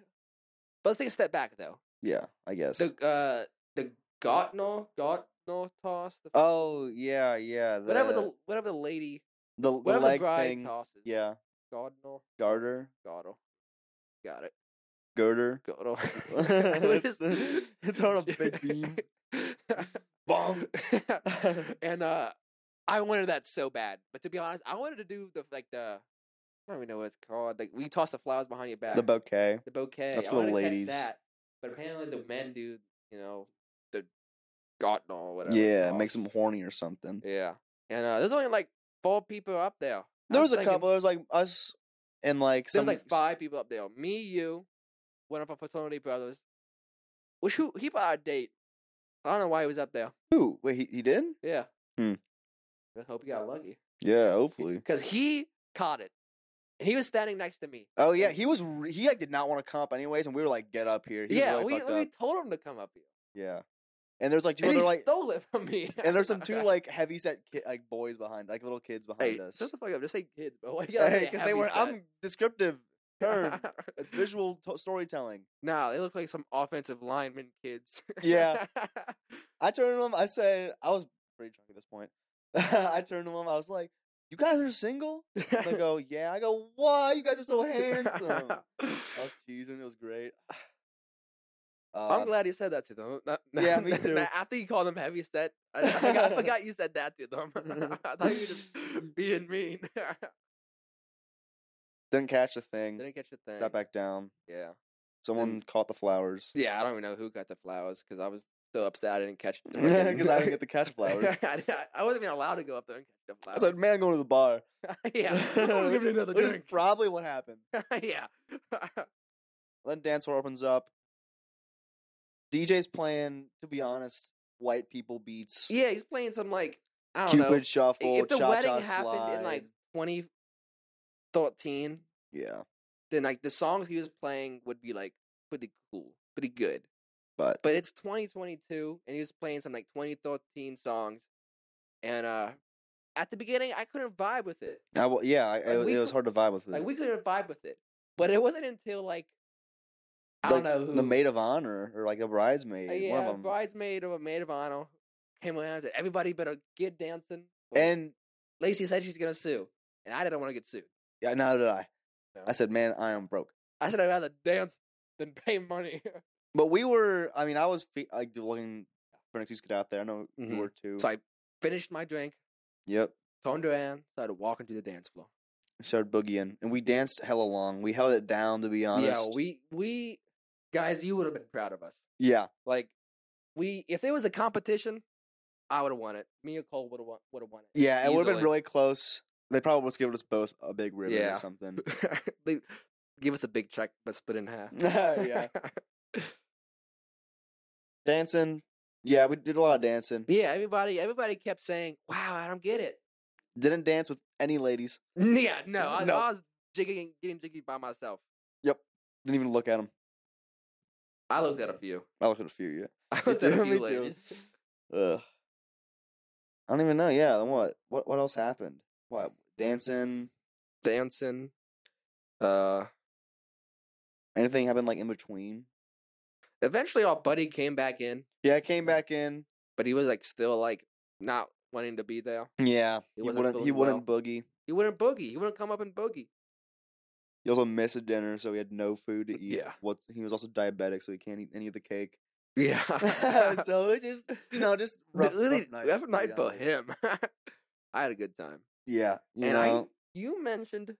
Speaker 2: But let's take a step back though.
Speaker 1: Yeah, I guess.
Speaker 2: The uh the Gotno Gotno toss, the,
Speaker 1: Oh yeah, yeah. The,
Speaker 2: whatever the whatever the lady
Speaker 1: the, the
Speaker 2: whatever the
Speaker 1: leg
Speaker 2: bride
Speaker 1: thing.
Speaker 2: tosses.
Speaker 1: Yeah,
Speaker 2: Gotno
Speaker 1: garter,
Speaker 2: Gotto. Got it.
Speaker 1: girder.
Speaker 2: Gotto.
Speaker 1: Throwing a big beam. Bomb.
Speaker 2: and uh I wanted that so bad. But to be honest, I wanted to do the like the I don't even know what it's called. Like we toss the flowers behind your back.
Speaker 1: The bouquet.
Speaker 2: the bouquet.
Speaker 1: That's
Speaker 2: I
Speaker 1: for the
Speaker 2: wanted to catch
Speaker 1: ladies.
Speaker 2: That, but apparently the men do, you know, the gotten or whatever. uh, it's
Speaker 1: Yeah, it
Speaker 2: called.
Speaker 1: makes them horny or something.
Speaker 2: Yeah. And uh there's only like four people up there. I
Speaker 1: There was a
Speaker 2: thinking-
Speaker 1: couple. There was like us and like
Speaker 2: There's
Speaker 1: some.
Speaker 2: like five people up there. Me, you, one of our fraternity brothers. Which who he bought a date. I don't know why he was up there.
Speaker 1: Who? Wait, he, he did?
Speaker 2: Yeah.
Speaker 1: Hmm.
Speaker 2: I hope he got lucky.
Speaker 1: Yeah, hopefully.
Speaker 2: Because he caught it. And he was standing next to me.
Speaker 1: Oh yeah,
Speaker 2: And-
Speaker 1: he was. Re- he like did not want to come up anyways, and we were like, "Get up here." He was
Speaker 2: yeah,
Speaker 1: really
Speaker 2: we,
Speaker 1: fucked
Speaker 2: we
Speaker 1: up.
Speaker 2: told him to come up here.
Speaker 1: Yeah. And there's like two
Speaker 2: And he
Speaker 1: other like,
Speaker 2: stole it from me.
Speaker 1: and there's some two like heavy set ki- like boys behind, like little kids behind
Speaker 2: Hey,
Speaker 1: us.
Speaker 2: shut the fuck up. Just say kid, bro. Why you gotta
Speaker 1: Because
Speaker 2: say
Speaker 1: they
Speaker 2: heavy
Speaker 1: were.
Speaker 2: set?
Speaker 1: I'm descriptive term. It's visual to- storytelling.
Speaker 2: Nah, they look like some offensive lineman kids.
Speaker 1: Yeah. I turned to him. I said, I was pretty drunk at this point. I turned to him. I was like, "You guys are single?" And I go, "Yeah." I go, "Why? You guys are so handsome."
Speaker 2: oh,
Speaker 1: I was cheesing. It was great.
Speaker 2: I'm
Speaker 1: Uh,
Speaker 2: glad you said that to them. Not-
Speaker 1: Yeah, me
Speaker 2: not-
Speaker 1: too.
Speaker 2: After you called them heavy set, I, I, forgot, I forgot you said that to them. I thought you were just being mean.
Speaker 1: didn't catch the thing.
Speaker 2: Didn't catch a thing.
Speaker 1: Sat back down.
Speaker 2: Yeah.
Speaker 1: Someone
Speaker 2: And-
Speaker 1: caught the flowers.
Speaker 2: Yeah, I don't even know who got the flowers because I was so upset I didn't catch the fucking-
Speaker 1: Because I didn't get to catch flowers.
Speaker 2: I, didn't- I wasn't even allowed to go up there and catch the
Speaker 1: I
Speaker 2: flowers.
Speaker 1: said, "Man, I'm going to the bar."
Speaker 2: yeah, I'm gonna give
Speaker 1: Which-
Speaker 2: you another
Speaker 1: which is
Speaker 2: drink.
Speaker 1: probably what happened.
Speaker 2: yeah.
Speaker 1: Then dance floor opens up. DJ's playing, to be honest, white people beats.
Speaker 2: yeah, he's playing some like I don't
Speaker 1: Cupid
Speaker 2: know.
Speaker 1: shuffle.
Speaker 2: if the
Speaker 1: cha-cha
Speaker 2: wedding
Speaker 1: slide.
Speaker 2: happened in like 2013,
Speaker 1: yeah,
Speaker 2: then like the songs he was playing would be like pretty cool, pretty good.
Speaker 1: but
Speaker 2: But it's 2022, and he was playing some like 2013 songs, and uh, at the beginning I couldn't vibe with it.
Speaker 1: I wa- yeah, I, I-
Speaker 2: Like, we
Speaker 1: it was
Speaker 2: could-
Speaker 1: hard to vibe with it.
Speaker 2: Like we couldn't vibe with it. But it wasn't until like I don't
Speaker 1: Like,
Speaker 2: know who
Speaker 1: the maid of honor or like a bridesmaid.
Speaker 2: uh,
Speaker 1: one
Speaker 2: yeah,
Speaker 1: of them.
Speaker 2: bridesmaid or a maid of honor came around and said, Everybody better get dancing. or
Speaker 1: and
Speaker 2: Lacey said she's gonna sue. And I didn't want to get sued.
Speaker 1: yeah, now did I.
Speaker 2: No.
Speaker 1: I said, man, I am broke.
Speaker 2: I said I'd rather dance than pay money.
Speaker 1: But we were. I mean, I was fe- like looking for an excuse to get out there. I know you
Speaker 2: Mhm.
Speaker 1: were too.
Speaker 2: so I finished my drink,
Speaker 1: Yep.
Speaker 2: turned around, started walking to the dance floor.
Speaker 1: Started boogieing, and we danced hella long. We held it down, to be honest.
Speaker 2: Yeah, we we guys, you would have been proud of us.
Speaker 1: yeah,
Speaker 2: Like we if there was a competition, I would have won it. Me or Cole would have won would have won it.
Speaker 1: yeah. It would have been really
Speaker 2: Easily.
Speaker 1: close. They probably would have given us both a big ribbon
Speaker 2: Yeah.
Speaker 1: or something.
Speaker 2: they give us a big check, but split in half.
Speaker 1: yeah, dancing. Yeah, we did a lot of dancing.
Speaker 2: yeah. Everybody, everybody kept saying, "Wow, I don't get it."
Speaker 1: Didn't dance with any ladies.
Speaker 2: Yeah, no, I,
Speaker 1: No.
Speaker 2: I was jigging, getting jiggy by myself.
Speaker 1: Didn't even look at them.
Speaker 2: I looked at a few.
Speaker 1: I looked at a few. Yeah.
Speaker 2: I
Speaker 1: Oh, Me
Speaker 2: looked at a
Speaker 1: too,
Speaker 2: few
Speaker 1: me too.
Speaker 2: ladies.
Speaker 1: Ugh. I don't even know. Yeah. Then what? What? What else happened? What dancing?
Speaker 2: dancing. Uh,
Speaker 1: Anything happened like in between?
Speaker 2: eventually, our buddy came back in,
Speaker 1: Yeah, I came back in.
Speaker 2: but he was like still like not wanting to be there.
Speaker 1: Yeah, he
Speaker 2: wasn't
Speaker 1: wouldn't. He
Speaker 2: feeling
Speaker 1: wouldn't boogie.
Speaker 2: He wouldn't boogie. He wouldn't come up and boogie.
Speaker 1: He also missed a dinner, so he had no food to eat.
Speaker 2: Yeah.
Speaker 1: What he was also diabetic, so he can't eat any of the cake.
Speaker 2: Yeah.
Speaker 1: so it's just you know, just rough,
Speaker 2: really,
Speaker 1: rough night,
Speaker 2: rough night for
Speaker 1: reality.
Speaker 2: him. I had a good time.
Speaker 1: Yeah, you
Speaker 2: and
Speaker 1: know,
Speaker 2: I, you mentioned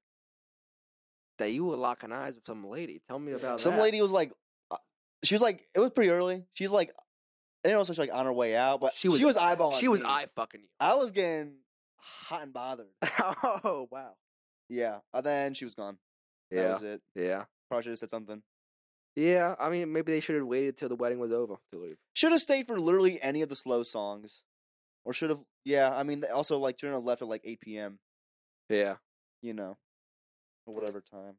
Speaker 2: that you were locking eyes with some lady. Tell me about
Speaker 1: some
Speaker 2: that.
Speaker 1: lady was like, uh, she was like, it was pretty early. She's like, I didn't know if she was like on her way out, but
Speaker 2: She
Speaker 1: she
Speaker 2: was-
Speaker 1: was, eyeballing.
Speaker 2: She was
Speaker 1: me.
Speaker 2: eye fucking you.
Speaker 1: I was getting hot and bothered.
Speaker 2: oh wow.
Speaker 1: Yeah, and then she was gone. That
Speaker 2: Yeah.
Speaker 1: was it.
Speaker 2: Yeah.
Speaker 1: Probably should have said something.
Speaker 2: Yeah. I mean, maybe they should have waited till the wedding was over to leave.
Speaker 1: Should have stayed for literally any of the slow songs, or should have. Yeah, I mean, they also like should have left at like eight p.m.
Speaker 2: Yeah.
Speaker 1: You know, or whatever time.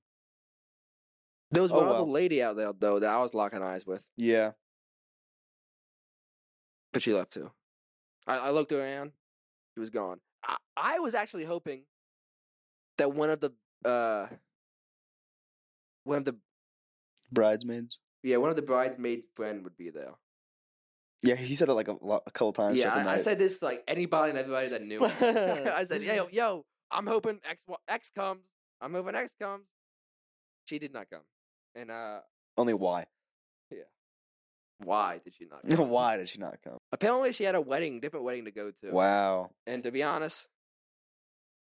Speaker 2: There was
Speaker 1: Oh,
Speaker 2: one
Speaker 1: well.
Speaker 2: other lady out there though that I was locking eyes with,
Speaker 1: Yeah,
Speaker 2: but she left too. I, I looked around. She was gone. I, I was actually hoping that one of the uh one of the
Speaker 1: bridesmaids.
Speaker 2: yeah one of the bridesmaid friend would be there.
Speaker 1: Yeah, he said it like a, lo- a couple times.
Speaker 2: Yeah,
Speaker 1: throughout the
Speaker 2: I, I
Speaker 1: night.
Speaker 2: said this to, like anybody and everybody that knew. me. I said, yo, yo, I'm hoping X wa- X comes. I'm hoping X comes. She did not come, and uh,
Speaker 1: only why.
Speaker 2: why did she not? come?
Speaker 1: why did she not come?
Speaker 2: Apparently, she had a wedding, different wedding to go to.
Speaker 1: Wow.
Speaker 2: And to be honest,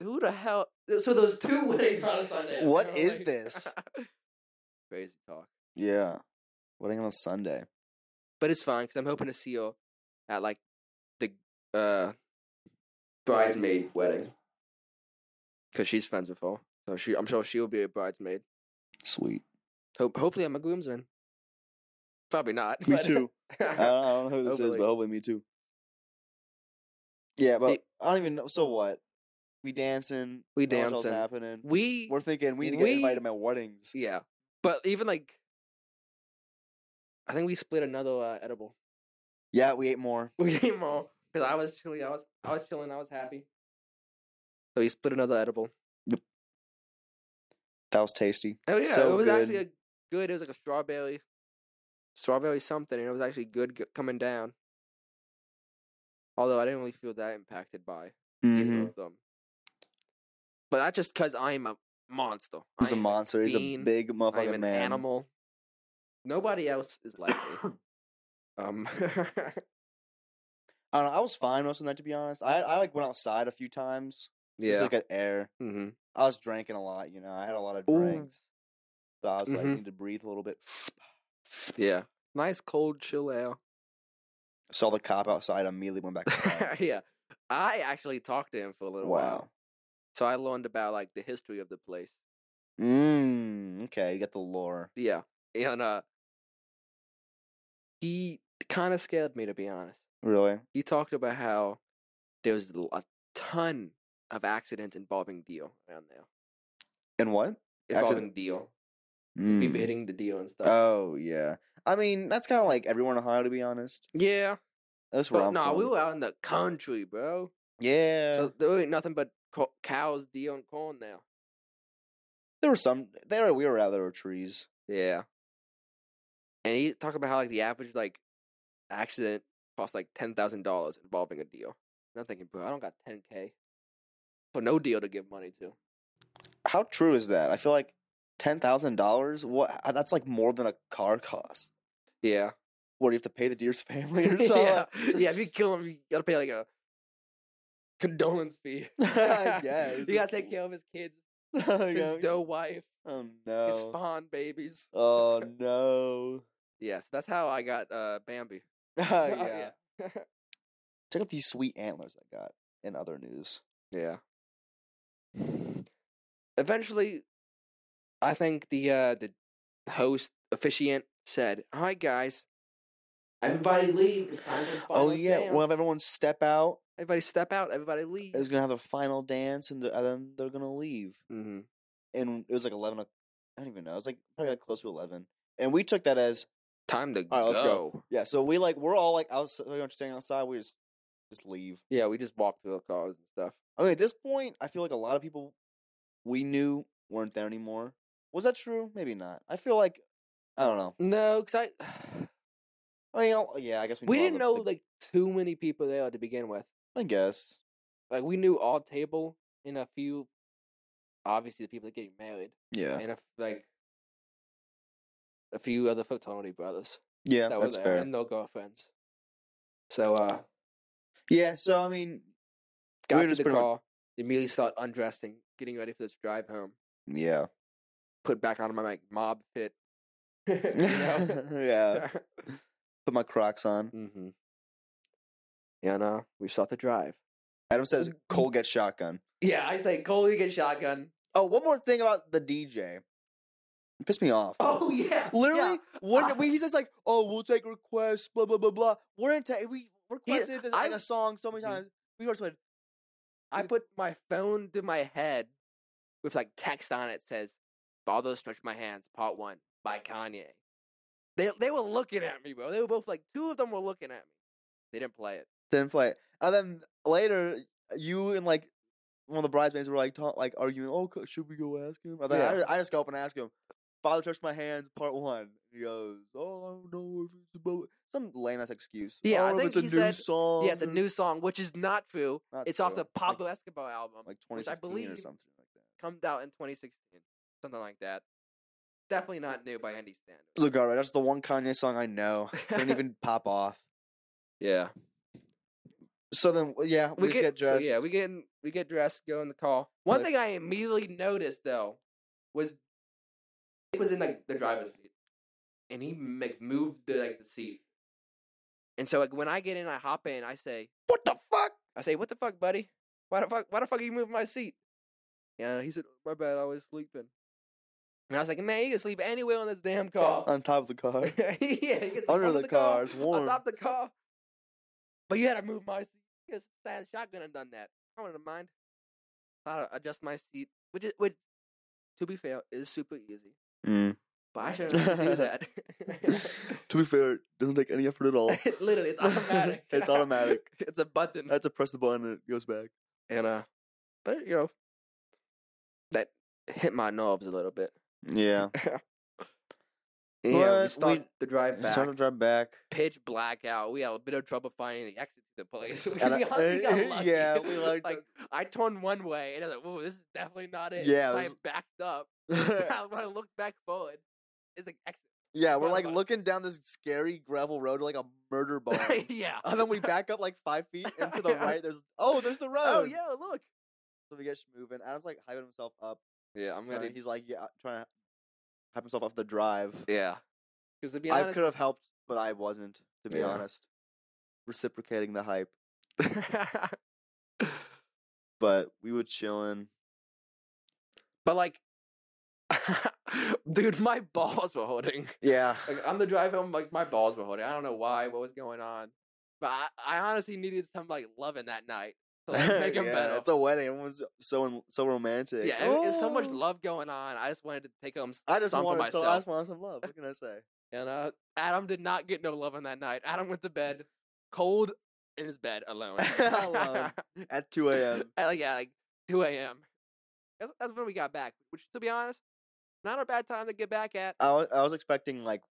Speaker 2: who the hell? So those two weddings on a Sunday.
Speaker 1: What
Speaker 2: What is
Speaker 1: is this?
Speaker 2: Crazy talk,
Speaker 1: Yeah, wedding on a Sunday.
Speaker 2: but it's fine because I'm hoping to see her at like the uh bridesmaid wedding because she's friends with her, so she I'm sure she'll be a bridesmaid.
Speaker 1: Sweet.
Speaker 2: Hope, hopefully, I'm a groomsman. Probably not.
Speaker 1: Me
Speaker 2: but-
Speaker 1: too. Uh, I don't, I don't know who this is,
Speaker 2: Hopefully.
Speaker 1: but hopefully me too. Yeah, but
Speaker 2: Hey-
Speaker 1: I don't even know. So what? We dancing.
Speaker 2: We
Speaker 1: know what else
Speaker 2: dancing.
Speaker 1: Happening.
Speaker 2: we
Speaker 1: We're thinking we need to get invited to
Speaker 2: we-
Speaker 1: my weddings.
Speaker 2: yeah, but even like, I think we split another uh, edible.
Speaker 1: Yeah, we ate more.
Speaker 2: We ate more because I was chilly. I was I was chilling. I was happy. So we split another edible.
Speaker 1: That was tasty.
Speaker 2: Oh yeah,
Speaker 1: So
Speaker 2: it was actually a
Speaker 1: good.
Speaker 2: good. It was like a strawberry, strawberry something, and it was actually good g- coming down. Although I didn't really feel that impacted by
Speaker 1: Mm-hmm.
Speaker 2: either of them. But that's just because I'm a monster.
Speaker 1: He's
Speaker 2: I
Speaker 1: a
Speaker 2: am
Speaker 1: monster. He's a
Speaker 2: fiend.
Speaker 1: big
Speaker 2: I am
Speaker 1: motherfucking
Speaker 2: an
Speaker 1: man.
Speaker 2: animal. Nobody else is like me. Um,
Speaker 1: I don't know. I was fine most of the night, to be honest. I I like went outside a few times just
Speaker 2: yeah.
Speaker 1: to get air.
Speaker 2: mm-hmm.
Speaker 1: I was drinking a lot. You know, I had a lot of
Speaker 2: Ooh.
Speaker 1: drinks, so I was like,
Speaker 2: Mhm.
Speaker 1: I need to breathe a little bit.
Speaker 2: Yeah. Nice cold chill air.
Speaker 1: Saw the cop outside. Immediately went back. Inside.
Speaker 2: yeah. I actually talked to him for a little
Speaker 1: wow.
Speaker 2: while. So I learned about like the history of the place.
Speaker 1: Mm, okay, you got the lore.
Speaker 2: Yeah. And uh he kind of scared me to be honest.
Speaker 1: Really?
Speaker 2: He talked about how there was l- a ton of accidents involving deal around there.
Speaker 1: And what? Accident-
Speaker 2: Involving deal. People hitting the deal and stuff.
Speaker 1: Mm. Oh yeah. I mean, that's kind of like everyone in Ohio, to be honest.
Speaker 2: yeah.
Speaker 1: That's where
Speaker 2: But
Speaker 1: I'm
Speaker 2: nah, we
Speaker 1: from.
Speaker 2: were out in the country, bro.
Speaker 1: Yeah.
Speaker 2: So there ain't nothing but co- cows, deer, and corn now.
Speaker 1: there were some. There we were out there were trees.
Speaker 2: Yeah. And he talked about how like the average like accident costs like ten thousand dollars involving a deal. And I'm thinking, bro, I don't got ten K. For no deal to give money to.
Speaker 1: How true is that? I feel like ten thousand dollars. What? uh, That's like more than a car costs.
Speaker 2: Yeah.
Speaker 1: What do you have to pay the deer's family or something?
Speaker 2: yeah. yeah, if you kill him, you gotta pay like a condolence fee.
Speaker 1: I guess.
Speaker 2: you gotta take care of his kids,
Speaker 1: Oh,
Speaker 2: his
Speaker 1: yeah.
Speaker 2: doe wife,
Speaker 1: Oh
Speaker 2: his
Speaker 1: no.
Speaker 2: fawn babies.
Speaker 1: Oh no.
Speaker 2: Yeah, so that's how I got uh Bambi.
Speaker 1: Oh,
Speaker 2: Oh,
Speaker 1: yeah. Check out these sweet antlers I got in other news.
Speaker 2: Yeah. Eventually, I think the uh, the host officiant said, "All right, guys, everybody leave. It's time for the
Speaker 1: Oh
Speaker 2: final
Speaker 1: yeah,
Speaker 2: dance.
Speaker 1: we'll have everyone step out.
Speaker 2: everybody step out. Everybody leave."
Speaker 1: Is gonna have a final dance, and, the- and then they're gonna leave.
Speaker 2: Mm-hmm.
Speaker 1: And it was like eleven. o'c- I don't even know. It was like probably like close to eleven. And we took that as
Speaker 2: Time to
Speaker 1: All right,
Speaker 2: go.
Speaker 1: let's go. yeah. So we like we're all like outside, we're standing outside. We just just leave.
Speaker 2: Yeah, we just walked through the cars and stuff.
Speaker 1: I mean, at this point, I feel like a lot of people we knew weren't there anymore. Was that true? Maybe not. I feel like I don't know.
Speaker 2: No, because I
Speaker 1: I mean, I'll- yeah, I guess we,
Speaker 2: we
Speaker 1: knew all
Speaker 2: didn't
Speaker 1: the-
Speaker 2: know
Speaker 1: the-
Speaker 2: like too many people there to begin with.
Speaker 1: I guess.
Speaker 2: Like we knew all table and a few obviously the people that are getting married,
Speaker 1: Yeah.
Speaker 2: and if like a few other fraternity brothers
Speaker 1: Yeah,
Speaker 2: that were
Speaker 1: that's
Speaker 2: there,
Speaker 1: fair.
Speaker 2: and their girlfriends. So uh,
Speaker 1: yeah, so I mean,
Speaker 2: got
Speaker 1: We're
Speaker 2: to
Speaker 1: just
Speaker 2: the
Speaker 1: pretty much-
Speaker 2: car, immediately start undressing, getting ready for this drive home.
Speaker 1: yeah.
Speaker 2: Put back on my like mob fit. you
Speaker 1: yeah.
Speaker 2: know?
Speaker 1: Put my Crocs on.
Speaker 2: Mm-hmm. Yeah, no, we start the drive.
Speaker 1: Adam says Cole gets shotgun.
Speaker 2: Yeah, I say Cole, you get shotgun.
Speaker 1: Oh, one more thing about the DJ. It pissed me off.
Speaker 2: Oh yeah,
Speaker 1: Literally,
Speaker 2: Ah.
Speaker 1: when we, he says like, "Oh, we'll take requests," blah blah blah blah. We're in ta- we requested this, like
Speaker 2: I-
Speaker 1: a song so many
Speaker 2: Mhm.
Speaker 1: times. We requested.
Speaker 2: I put my phone to my head with like text on it says, "Father Stretch My Hands, Part One" by Kanye. They they were looking at me, bro. They were both like, two of them were looking at me. They didn't play it.
Speaker 1: didn't play it. And then later, you and like one of the bridesmaids were like ta- like arguing. Oh, c- should we go ask him? And then I,
Speaker 2: Yeah.
Speaker 1: ju- I just go up and ask him. Father touched my hands, part one. He goes, "Oh, I don't know if it's about some lame ass excuse."
Speaker 2: Yeah, I
Speaker 1: "Oh,
Speaker 2: think
Speaker 1: it's a
Speaker 2: he
Speaker 1: new
Speaker 2: said-
Speaker 1: song.
Speaker 2: yeah, it's a new song, which is not true.
Speaker 1: Um, Not
Speaker 2: it's off
Speaker 1: true.
Speaker 2: the Pablo Escobar album,
Speaker 1: like, like
Speaker 2: which I
Speaker 1: 2016 or
Speaker 2: believe-
Speaker 1: something like that.
Speaker 2: comes out in 2016, something like that. Definitely not new by any standards.
Speaker 1: Look, alright, that's the one Kanye song I know. Didn't even pop off.
Speaker 2: Yeah.
Speaker 1: So then, yeah, we,
Speaker 2: we
Speaker 1: just get,
Speaker 2: get,
Speaker 1: dressed.
Speaker 2: So yeah, we get in, we get dressed, go in the car. One
Speaker 1: Like-
Speaker 2: thing I immediately noticed though was it was in like the driver's seat, and he
Speaker 1: Mm-hmm.
Speaker 2: like moved the like the seat. And so like when I get in, I hop in. I say,
Speaker 1: what the fuck?
Speaker 2: I say, what the fuck, buddy? Why the fuck? Why the fuck are you moving my seat? Yeah, he said, my bad, I was sleeping. And I was like, man, you can sleep anywhere on this damn car.
Speaker 1: On top of the car,
Speaker 2: yeah, you can sleep
Speaker 1: under
Speaker 2: under
Speaker 1: the car, it's
Speaker 2: on
Speaker 1: warm.
Speaker 2: top of the car. But you had to move my seat. You could stand shotgun and done that. I wouldn't have mind. Thought I'd adjust my seat, which is which. To be fair, is super easy.
Speaker 1: Mm.
Speaker 2: But I shouldn't have to do that.
Speaker 1: to be fair, it doesn't take any effort at all.
Speaker 2: Literally, it's automatic.
Speaker 1: It's automatic.
Speaker 2: it's a button.
Speaker 1: I have to press the button and it goes back.
Speaker 2: and uh, but you know, that hit my nerves a little bit.
Speaker 1: Yeah.
Speaker 2: And, yeah,
Speaker 1: But
Speaker 2: we
Speaker 1: we-
Speaker 2: start the drive back.
Speaker 1: It's time to drive back.
Speaker 2: pitch blackout. We had a bit of trouble finding the exit to the place. We
Speaker 1: And I-
Speaker 2: honestly got lucky.
Speaker 1: yeah, we lucked
Speaker 2: like I turned one way and I was like, "Whoa, this is definitely not it."
Speaker 1: Yeah, it
Speaker 2: So
Speaker 1: was-
Speaker 2: I backed up. when I looked back forward, it's like exit.
Speaker 1: yeah, we're
Speaker 2: Not
Speaker 1: like
Speaker 2: much.
Speaker 1: looking down this scary gravel road to like a murder barn.
Speaker 2: yeah.
Speaker 1: and then we back up like five feet, and to the
Speaker 2: Yeah.
Speaker 1: right, there's oh, there's the road.
Speaker 2: Oh yeah, look.
Speaker 1: So we get moving. Adam's like hyping himself up.
Speaker 2: Yeah, I'm
Speaker 1: and he's like, yeah, trying to hype himself up the drive.
Speaker 2: yeah. Because to be
Speaker 1: I
Speaker 2: honest,
Speaker 1: could have helped, but I wasn't. To be
Speaker 2: Yeah.
Speaker 1: honest, reciprocating the hype. But we were chilling.
Speaker 2: but like, dude, my balls were hurting.
Speaker 1: Yeah.
Speaker 2: Like on the drive home, like my balls were hurting. I don't know why, what was going on, but I, I honestly needed some like loving that night to like, make them
Speaker 1: Yeah,
Speaker 2: better.
Speaker 1: It's a wedding. Everyone's so in, so romantic.
Speaker 2: yeah, it, it's so much
Speaker 1: Oh.
Speaker 2: love going on. I just wanted to take home s-
Speaker 1: I just
Speaker 2: some for
Speaker 1: wanted so I
Speaker 2: myself.
Speaker 1: just wanted some love. What can I say?
Speaker 2: and uh, Adam did not get no loving that night. Adam went to bed cold in his bed alone.
Speaker 1: Alone. At two a.m.
Speaker 2: At, like, yeah, like two a.m. That's, that's when we got back. Which, to be honest, not a bad time to get back at.
Speaker 1: I was, I was expecting like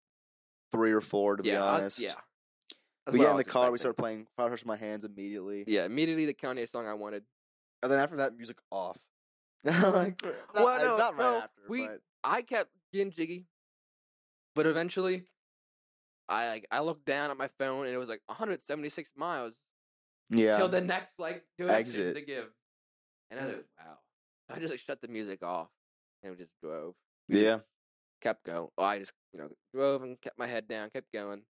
Speaker 1: three or four to
Speaker 2: yeah,
Speaker 1: be
Speaker 2: I-
Speaker 1: honest.
Speaker 2: yeah. That's
Speaker 1: we
Speaker 2: what I
Speaker 1: get in the
Speaker 2: was
Speaker 1: car. We
Speaker 2: expecting.
Speaker 1: start playing Fire Touch My Hands immediately,
Speaker 2: Yeah, immediately the Kanye song I wanted.
Speaker 1: and then after that, music off. like, for- not,
Speaker 2: Well,
Speaker 1: uh,
Speaker 2: no,
Speaker 1: not right
Speaker 2: no,
Speaker 1: after.
Speaker 2: we-
Speaker 1: but
Speaker 2: I kept getting jiggy, but eventually, I like I looked down at my phone and it was like 176 miles
Speaker 1: yeah,
Speaker 2: till the next like direction
Speaker 1: Exit. Mm.
Speaker 2: to give, and I was like, wow. I just like shut the music off and we just drove,
Speaker 1: yeah.
Speaker 2: kept going. Well, I just you know drove and kept my head down, kept going.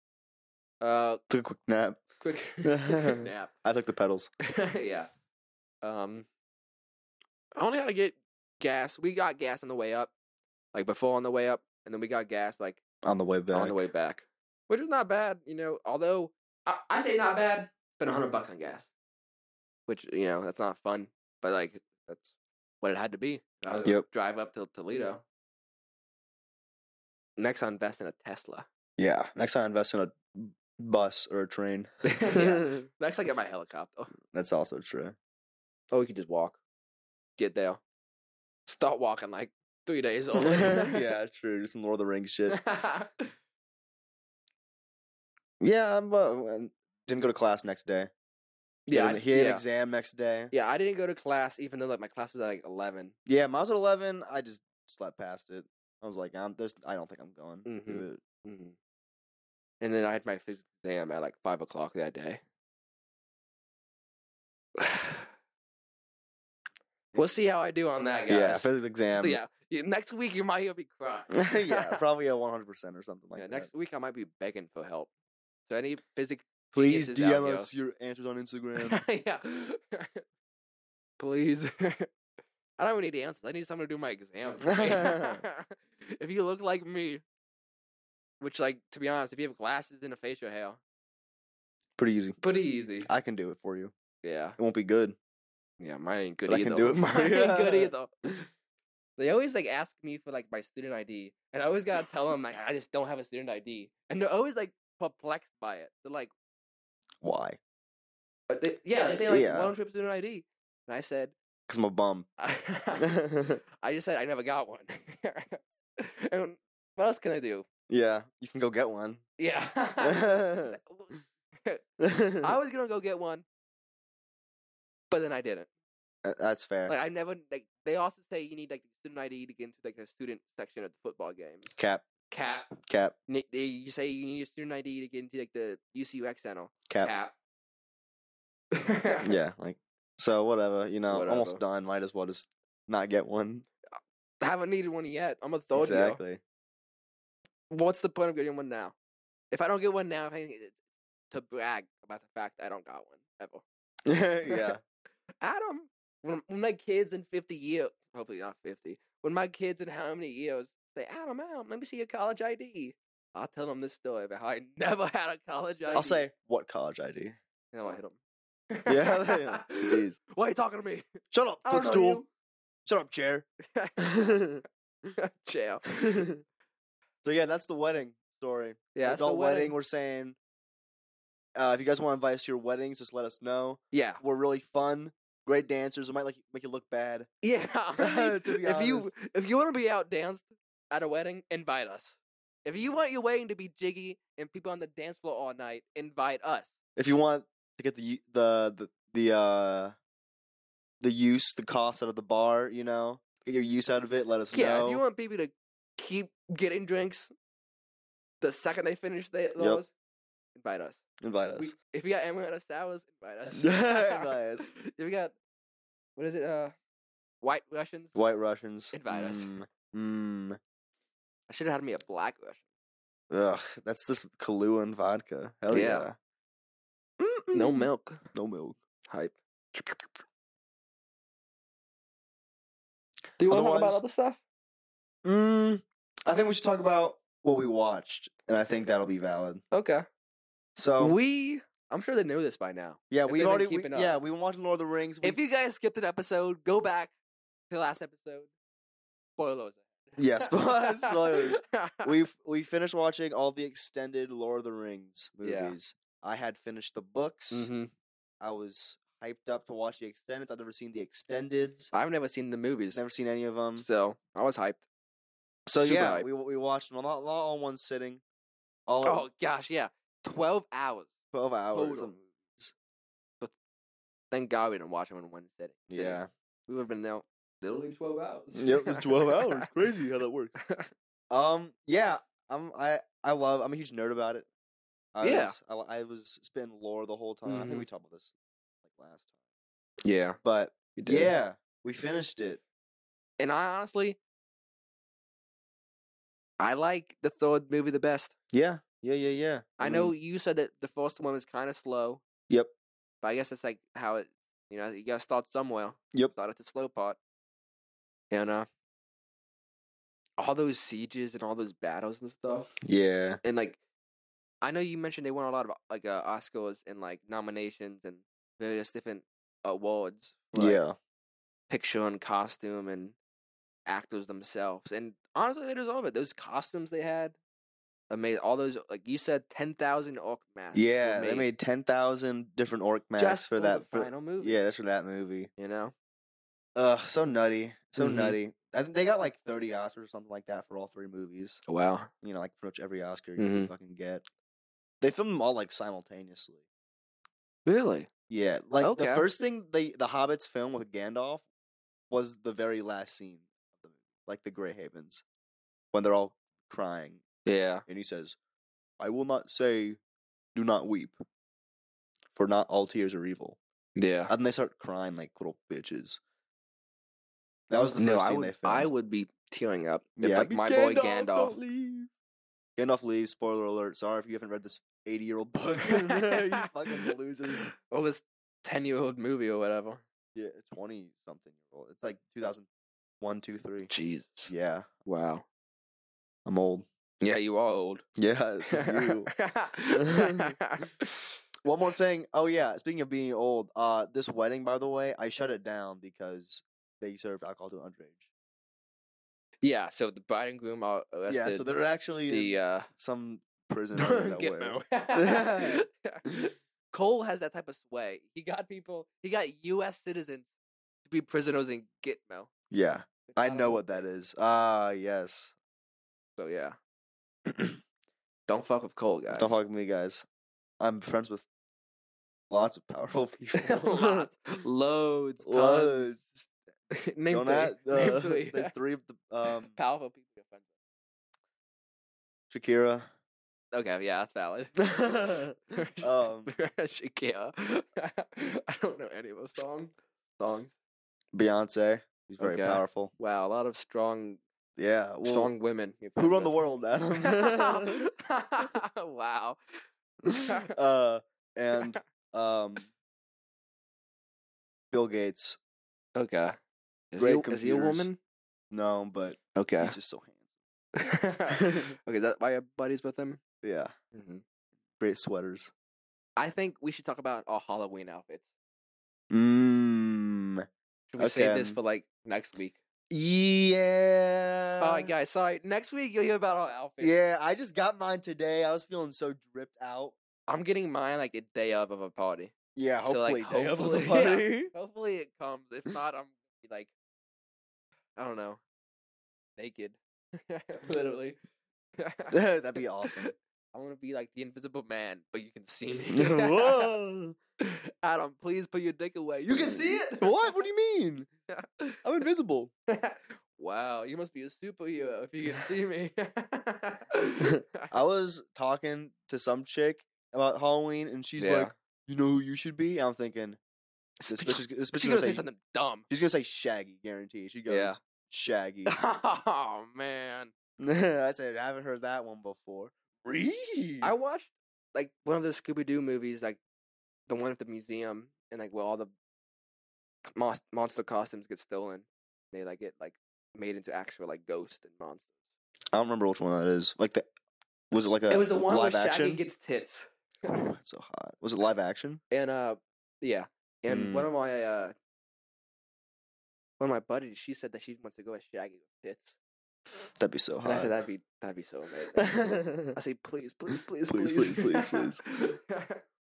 Speaker 2: Uh,
Speaker 1: Took a quick nap.
Speaker 2: quick quick nap.
Speaker 1: I took the pedals.
Speaker 2: yeah. Um, I only had to get gas. We got gas on the way up, like before on the way up, and then we got gas like
Speaker 1: on the way back.
Speaker 2: on the way back, which is not bad, you know. Although I, I say not bad, spent a hundred bucks on gas, which you know that's not fun, but like that's what it had to be. I was gonna
Speaker 1: Yep.
Speaker 2: drive up to Toledo. Next, I invest in a Tesla.
Speaker 1: Yeah. Next time, I invest in a bus or a train.
Speaker 2: Yeah. Next, I get my helicopter.
Speaker 1: That's also true.
Speaker 2: Oh, we could just walk. Get there. Start walking like three days old.
Speaker 1: yeah, true. Do some Lord of the Rings shit. Yeah, I'm, uh, didn't go to class next day. He
Speaker 2: Yeah,
Speaker 1: had,
Speaker 2: I-
Speaker 1: an- he had
Speaker 2: yeah.
Speaker 1: an exam next day.
Speaker 2: Yeah, I didn't go to class even though like my class was at like eleven.
Speaker 1: Yeah, mine was at eleven. I just slept past it. I was like, I'm, there's, I don't think I'm going. to
Speaker 2: Mhm.
Speaker 1: do it.
Speaker 2: Mhm. And then I had my physics exam at like five o'clock that day. we'll see how I do on that, guys.
Speaker 1: Yeah, physics exam.
Speaker 2: yeah. yeah, Next week you might hear me cry.
Speaker 1: yeah, probably a 100 percent or something like
Speaker 2: yeah,
Speaker 1: that.
Speaker 2: next week I might be begging for help. So any physics
Speaker 1: Please
Speaker 2: geniuses out,
Speaker 1: DM
Speaker 2: yo.
Speaker 1: us your answers on Instagram.
Speaker 2: yeah. Please. I don't even need the answers. I need someone to do my exam. for me. if you look like me, which, like, to be honest, if you have glasses and a facial hair,
Speaker 1: Pretty easy.
Speaker 2: pretty easy.
Speaker 1: I can do it for you.
Speaker 2: Yeah.
Speaker 1: It won't be good.
Speaker 2: Yeah, mine ain't good
Speaker 1: But I
Speaker 2: either.
Speaker 1: can do it for
Speaker 2: mine
Speaker 1: you.
Speaker 2: ain't good either. They always like ask me for like my student ID, and I always gotta tell them like I just don't have a student ID, and they're always like perplexed by it. They're like,
Speaker 1: Why?
Speaker 2: but they, yeah, they say like,
Speaker 1: Yeah.
Speaker 2: "Why don't you have a student ID?" And I said,
Speaker 1: Because I'm a bum.
Speaker 2: I just said I never got one. and what else can I do?
Speaker 1: yeah, you can go get one.
Speaker 2: Yeah. I
Speaker 1: I
Speaker 2: was gonna go get one, but then I didn't.
Speaker 1: That's fair.
Speaker 2: Like I never. Like they also say you need like student ID to get into like the student section of the football games.
Speaker 1: cap,
Speaker 2: Cap.
Speaker 1: cap,
Speaker 2: Ni- They, you say you need a student ID to get into like the UCUX channel.
Speaker 1: cap.
Speaker 2: Cap.
Speaker 1: Yeah, like so. Whatever. You know, almost
Speaker 2: Whatever.
Speaker 1: done. Might as well just not get one.
Speaker 2: I haven't needed one yet. I'm a third year.
Speaker 1: exactly.
Speaker 2: What's the point of getting one now? If I don't get one now, if I, it's to brag about the fact I don't got one ever.
Speaker 1: yeah.
Speaker 2: Adam, when, when my kids in 50 years, hopefully not 50, when my kids in how many years say, Adam, Adam, let me see your college ID. I'll tell them this story about how I never had a college ID.
Speaker 1: I'll say what college ID.
Speaker 2: and I'll hit them.
Speaker 1: Yeah. yeah. Jeez.
Speaker 2: Why are you talking to me?
Speaker 1: Shut up,
Speaker 2: I don't know
Speaker 1: footstool. Shut up, chair. so
Speaker 2: Oh, you. Jail.
Speaker 1: yeah, that's the wedding story.
Speaker 2: Yeah, it's a
Speaker 1: adult wedding. We're saying, uh, if you guys want to invite us to your weddings, just let us know.
Speaker 2: Yeah.
Speaker 1: We're really fun, great dancers. It might like make you look bad.
Speaker 2: Yeah. I mean,
Speaker 1: To be
Speaker 2: if you
Speaker 1: honest.
Speaker 2: if you want to be out danced at a wedding, invite us. If you want your wedding to be jiggy and people on the dance floor all night, invite us.
Speaker 1: If you want to get the the the the uh, the use, the cost out of the bar, you know, get your use out of it. Let us
Speaker 2: Yeah,
Speaker 1: know.
Speaker 2: if you want people to keep getting drinks the second they finish they, those, invite us.
Speaker 1: invite
Speaker 2: We-
Speaker 1: us.
Speaker 2: if you got amaretto sours, invite us.
Speaker 1: Invite us.
Speaker 2: if you got what is it? Uh, white Russians.
Speaker 1: White Russians
Speaker 2: Invite us.
Speaker 1: Mm, mm.
Speaker 2: I should have had me a black Russian.
Speaker 1: Ugh, that's this Kahlua and vodka. Hell yeah.
Speaker 2: Yeah. No
Speaker 1: Mm-mm.
Speaker 2: milk.
Speaker 1: No milk.
Speaker 2: Hype. Do you want to talk about
Speaker 1: Otherwise-
Speaker 2: other stuff?
Speaker 1: Mm, I think we should talk about what we watched, and I think that'll be valid.
Speaker 2: Okay.
Speaker 1: So
Speaker 2: we, I'm sure they know this by now.
Speaker 1: yeah,
Speaker 2: if
Speaker 1: we
Speaker 2: they've been
Speaker 1: already we,
Speaker 2: keeping up.
Speaker 1: yeah we watched Lord of the Rings. We,
Speaker 2: If you guys skipped an episode, go back to the last episode. Spoilers.
Speaker 1: Yes, spoilers. we we finished watching all the extended Lord of the Rings
Speaker 2: Yeah.
Speaker 1: movies. I had finished the books.
Speaker 2: hmm
Speaker 1: I was hyped up to watch the extendeds. I've never seen the extendeds.
Speaker 2: I've never seen the movies,
Speaker 1: Never seen any of them.
Speaker 2: so I was hyped.
Speaker 1: So
Speaker 2: super
Speaker 1: yeah,
Speaker 2: hype.
Speaker 1: we we watched them not, not all in one sitting. All in
Speaker 2: Oh gosh, yeah, twelve hours.
Speaker 1: twelve hours.
Speaker 2: total. Thank God we didn't watch them in one sitting. didn't
Speaker 1: Yeah.
Speaker 2: we would have been there literally twelve hours.
Speaker 1: Yep, it's twelve hours. Crazy how that works. Um, yeah, I'm I I love. I'm a huge nerd about it. I
Speaker 2: Yeah.
Speaker 1: was, I, I was spitting lore the whole time. I think
Speaker 2: Mhm.
Speaker 1: we talked about this like last time,
Speaker 2: yeah,
Speaker 1: but
Speaker 2: you
Speaker 1: yeah, we finished it.
Speaker 2: and I honestly, I like the third movie the best.
Speaker 1: Yeah, yeah, yeah, yeah. Mm-hmm.
Speaker 2: I know you said that the first one was kind of slow.
Speaker 1: Yep.
Speaker 2: But I guess that's like how it, you know, you gotta start somewhere.
Speaker 1: Yep.
Speaker 2: Start at the slow part. And uh, all those sieges and all those battles and stuff.
Speaker 1: Yeah,
Speaker 2: And like, I know you mentioned they won a lot of like uh, Oscars and like nominations and various different awards. for, like,
Speaker 1: yeah,
Speaker 2: picture and costume and actors themselves. And honestly, they deserve it. Those costumes they had, amazing. All those, like you said, ten thousand orc masks. were
Speaker 1: yeah. They made ten thousand different orc masks
Speaker 2: just
Speaker 1: for that.
Speaker 2: the
Speaker 1: for-
Speaker 2: final movie.
Speaker 1: yeah, that's for that movie.
Speaker 2: you know,
Speaker 1: Ugh, so nutty, so
Speaker 2: Mhm.
Speaker 1: nutty. I think they got like thirty Oscars or something like that for all three movies.
Speaker 2: wow.
Speaker 1: You know, like pretty much every
Speaker 2: Mm-hmm.
Speaker 1: Oscar you can fucking get. They filmed them all like simultaneously.
Speaker 2: Really?
Speaker 1: Yeah, like the
Speaker 2: Okay.
Speaker 1: first thing they the Hobbits film with Gandalf was the very last scene of the movie, like the Grey Havens, when they're all crying,
Speaker 2: Yeah.
Speaker 1: and he says, "I will not say, do not weep, for not all tears are evil."
Speaker 2: Yeah.
Speaker 1: And they start crying like little bitches. That was the first
Speaker 2: no, I
Speaker 1: scene
Speaker 2: would,
Speaker 1: they filmed.
Speaker 2: I would be tearing up if
Speaker 1: Yeah,
Speaker 2: like
Speaker 1: be
Speaker 2: my boy
Speaker 1: Gandalf,
Speaker 2: Gandalf.
Speaker 1: don't leave. Gandalf leaves. Spoiler alert. Sorry if you haven't read this eighty-year-old book. you fucking loser.
Speaker 2: Or this ten year old movie or whatever.
Speaker 1: Yeah, twenty something year old. It's like two thousand one, two, three.
Speaker 2: Jesus.
Speaker 1: Yeah,
Speaker 2: Wow.
Speaker 1: I'm old.
Speaker 2: Yeah, you are old.
Speaker 1: Yeah, this is you. One more thing. Oh yeah, speaking of being old, uh, this wedding, by the way, I shut it down because they served alcohol to underage.
Speaker 2: yeah, so the bride and groom are arrested.
Speaker 1: yeah, so they're actually
Speaker 2: the
Speaker 1: in
Speaker 2: uh
Speaker 1: some prison. I don't know where.
Speaker 2: Gitmo. Cole has that type of sway. He got people. He got U.S. citizens to be prisoners in Gitmo.
Speaker 1: Yeah,
Speaker 2: Which
Speaker 1: I
Speaker 2: don't
Speaker 1: know what that is. Ah, yes.
Speaker 2: So yeah, don't fuck with Cole, guys.
Speaker 1: Don't fuck with me, guys. I'm friends with lots of powerful people.
Speaker 2: Lots. loads, tons.
Speaker 1: Loads.
Speaker 2: Just- Name
Speaker 1: Don't
Speaker 2: three.
Speaker 1: add-
Speaker 2: Name
Speaker 1: uh,
Speaker 2: three.
Speaker 1: the three of the um,
Speaker 2: powerful people. you're friends
Speaker 1: Shakira.
Speaker 2: with. Okay, yeah, that's valid.
Speaker 1: um,
Speaker 2: Shakira. I don't know any of those songs. Songs.
Speaker 1: Beyonce. She's very
Speaker 2: Okay.
Speaker 1: powerful.
Speaker 2: Wow, a lot of strong,
Speaker 1: Yeah. Well,
Speaker 2: strong women. you're
Speaker 1: Who
Speaker 2: friends
Speaker 1: run the
Speaker 2: with.
Speaker 1: world, Adam?
Speaker 2: wow.
Speaker 1: uh, and um, Bill Gates.
Speaker 2: Okay. Is,
Speaker 1: Great
Speaker 2: he, is he a
Speaker 1: computers.
Speaker 2: woman?
Speaker 1: No, but
Speaker 2: Okay.
Speaker 1: he's just so handsome.
Speaker 2: okay, is that why your buddies with him?
Speaker 1: Yeah. Great sweaters.
Speaker 2: I think we should talk about our Halloween outfits.
Speaker 1: Mmm.
Speaker 2: Should we save this
Speaker 1: Okay.
Speaker 2: for like next week?
Speaker 1: Yeah.
Speaker 2: All right, guys. Sorry. Next week you'll hear about our outfits.
Speaker 1: Uh, Yeah, I just got mine today. I was feeling so dripped out.
Speaker 2: I'm getting mine like the day of of a party.
Speaker 1: Yeah,
Speaker 2: So, like,
Speaker 1: hopefully, day of the
Speaker 2: hopefully-
Speaker 1: party.
Speaker 2: Hopefully it comes. If not, I'm gonna be, like, I don't know, naked,
Speaker 1: Uh,
Speaker 2: literally.
Speaker 1: That'd be awesome.
Speaker 2: I want to be like the Invisible Man, but you can see me.
Speaker 1: Whoa.
Speaker 2: Adam, please put your dick away. You can see it.
Speaker 1: What? What do you mean? I'm invisible.
Speaker 2: wow, you must be a superhero if you can see me.
Speaker 1: I was talking to some chick about Halloween, and she's
Speaker 2: Yeah.
Speaker 1: like, "You know who you should be?" I'm thinking this bitch is, this bitch is
Speaker 2: She's
Speaker 1: gonna
Speaker 2: gonna say
Speaker 1: say
Speaker 2: something dumb.
Speaker 1: she's gonna say Shaggy, guaranteed. She goes
Speaker 2: Yeah.
Speaker 1: Shaggy.
Speaker 2: oh man,
Speaker 1: I said, "I haven't heard that one before." Really?
Speaker 2: I watched like one of the Scooby Doo movies, like the one at the museum, and like where all the c- mon- monster costumes get stolen. They like get like made into actual like ghosts and monsters.
Speaker 1: I don't remember which one that is. Like the was it like a
Speaker 2: it was the one where
Speaker 1: uh, live
Speaker 2: Shaggy
Speaker 1: action?
Speaker 2: gets tits.
Speaker 1: Oh, it's so hot. Was it live action?
Speaker 2: and uh yeah and one
Speaker 1: Mm.
Speaker 2: of my uh one of my buddies she said that she wants to go as shaggy with tits
Speaker 1: That'd be so
Speaker 2: and i said
Speaker 1: hot.
Speaker 2: that'd be that'd be so amazing i
Speaker 1: That'd
Speaker 2: say please please please
Speaker 1: Please,
Speaker 2: please
Speaker 1: please, please,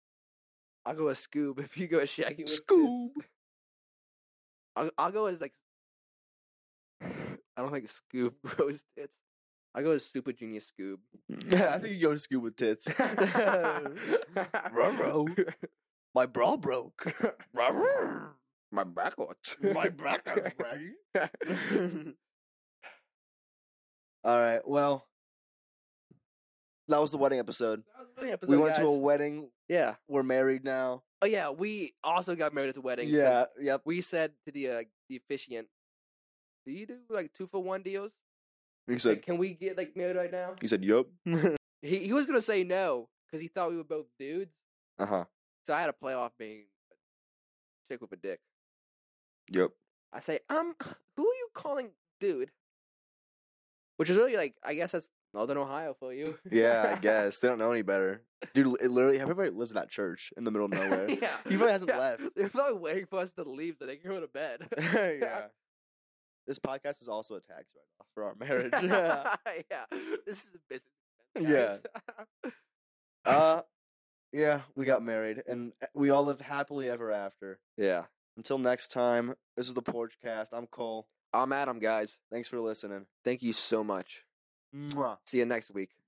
Speaker 2: i'll go as scoob if you go as shaggy with tits.
Speaker 1: Scoob.
Speaker 2: I'll, I'll go as like i don't think scoob grows tits i go as super genius scoob
Speaker 1: yeah, I think you go to school with tits. Ruh-roh. My bra broke. Ruh-roh.
Speaker 2: my back hurts.
Speaker 1: bracket's All right. Well, that was the wedding episode. we went to a wedding.
Speaker 2: yeah.
Speaker 1: We're married now.
Speaker 2: Oh yeah, we also got married at the wedding. 'cause
Speaker 1: Yeah. Yep.
Speaker 2: we said to the uh, the officiant, "Do you do like two for one deals?
Speaker 1: He
Speaker 2: Like, can we get like married right now?"
Speaker 1: He said, "Yup."
Speaker 2: He he was gonna say no because he thought we were both dudes.
Speaker 1: uh huh.
Speaker 2: So I had to play off being a chick with a dick.
Speaker 1: Yup.
Speaker 2: I say, um, who are you calling dude? Which is really like, I guess that's Northern Ohio for you.
Speaker 1: Yeah, I guess they don't know any better, dude. It literally, everybody lives in that church in the middle of nowhere.
Speaker 2: yeah.
Speaker 1: He probably hasn't
Speaker 2: Yeah.
Speaker 1: left.
Speaker 2: They're probably waiting for us to leave so they can go to bed.
Speaker 1: yeah. This podcast is also a tax write-off for our marriage. uh,
Speaker 2: yeah. This is a business.
Speaker 1: Yeah.
Speaker 2: expense, guys.
Speaker 1: Uh, yeah, we got married, and eh, we all lived happily ever after.
Speaker 2: yeah.
Speaker 1: Until next time, this is the Porchcast. I'm Cole.
Speaker 2: I'm Adam, guys.
Speaker 1: Thanks for listening.
Speaker 2: Thank you so much.
Speaker 1: Mwah.
Speaker 2: See you next week.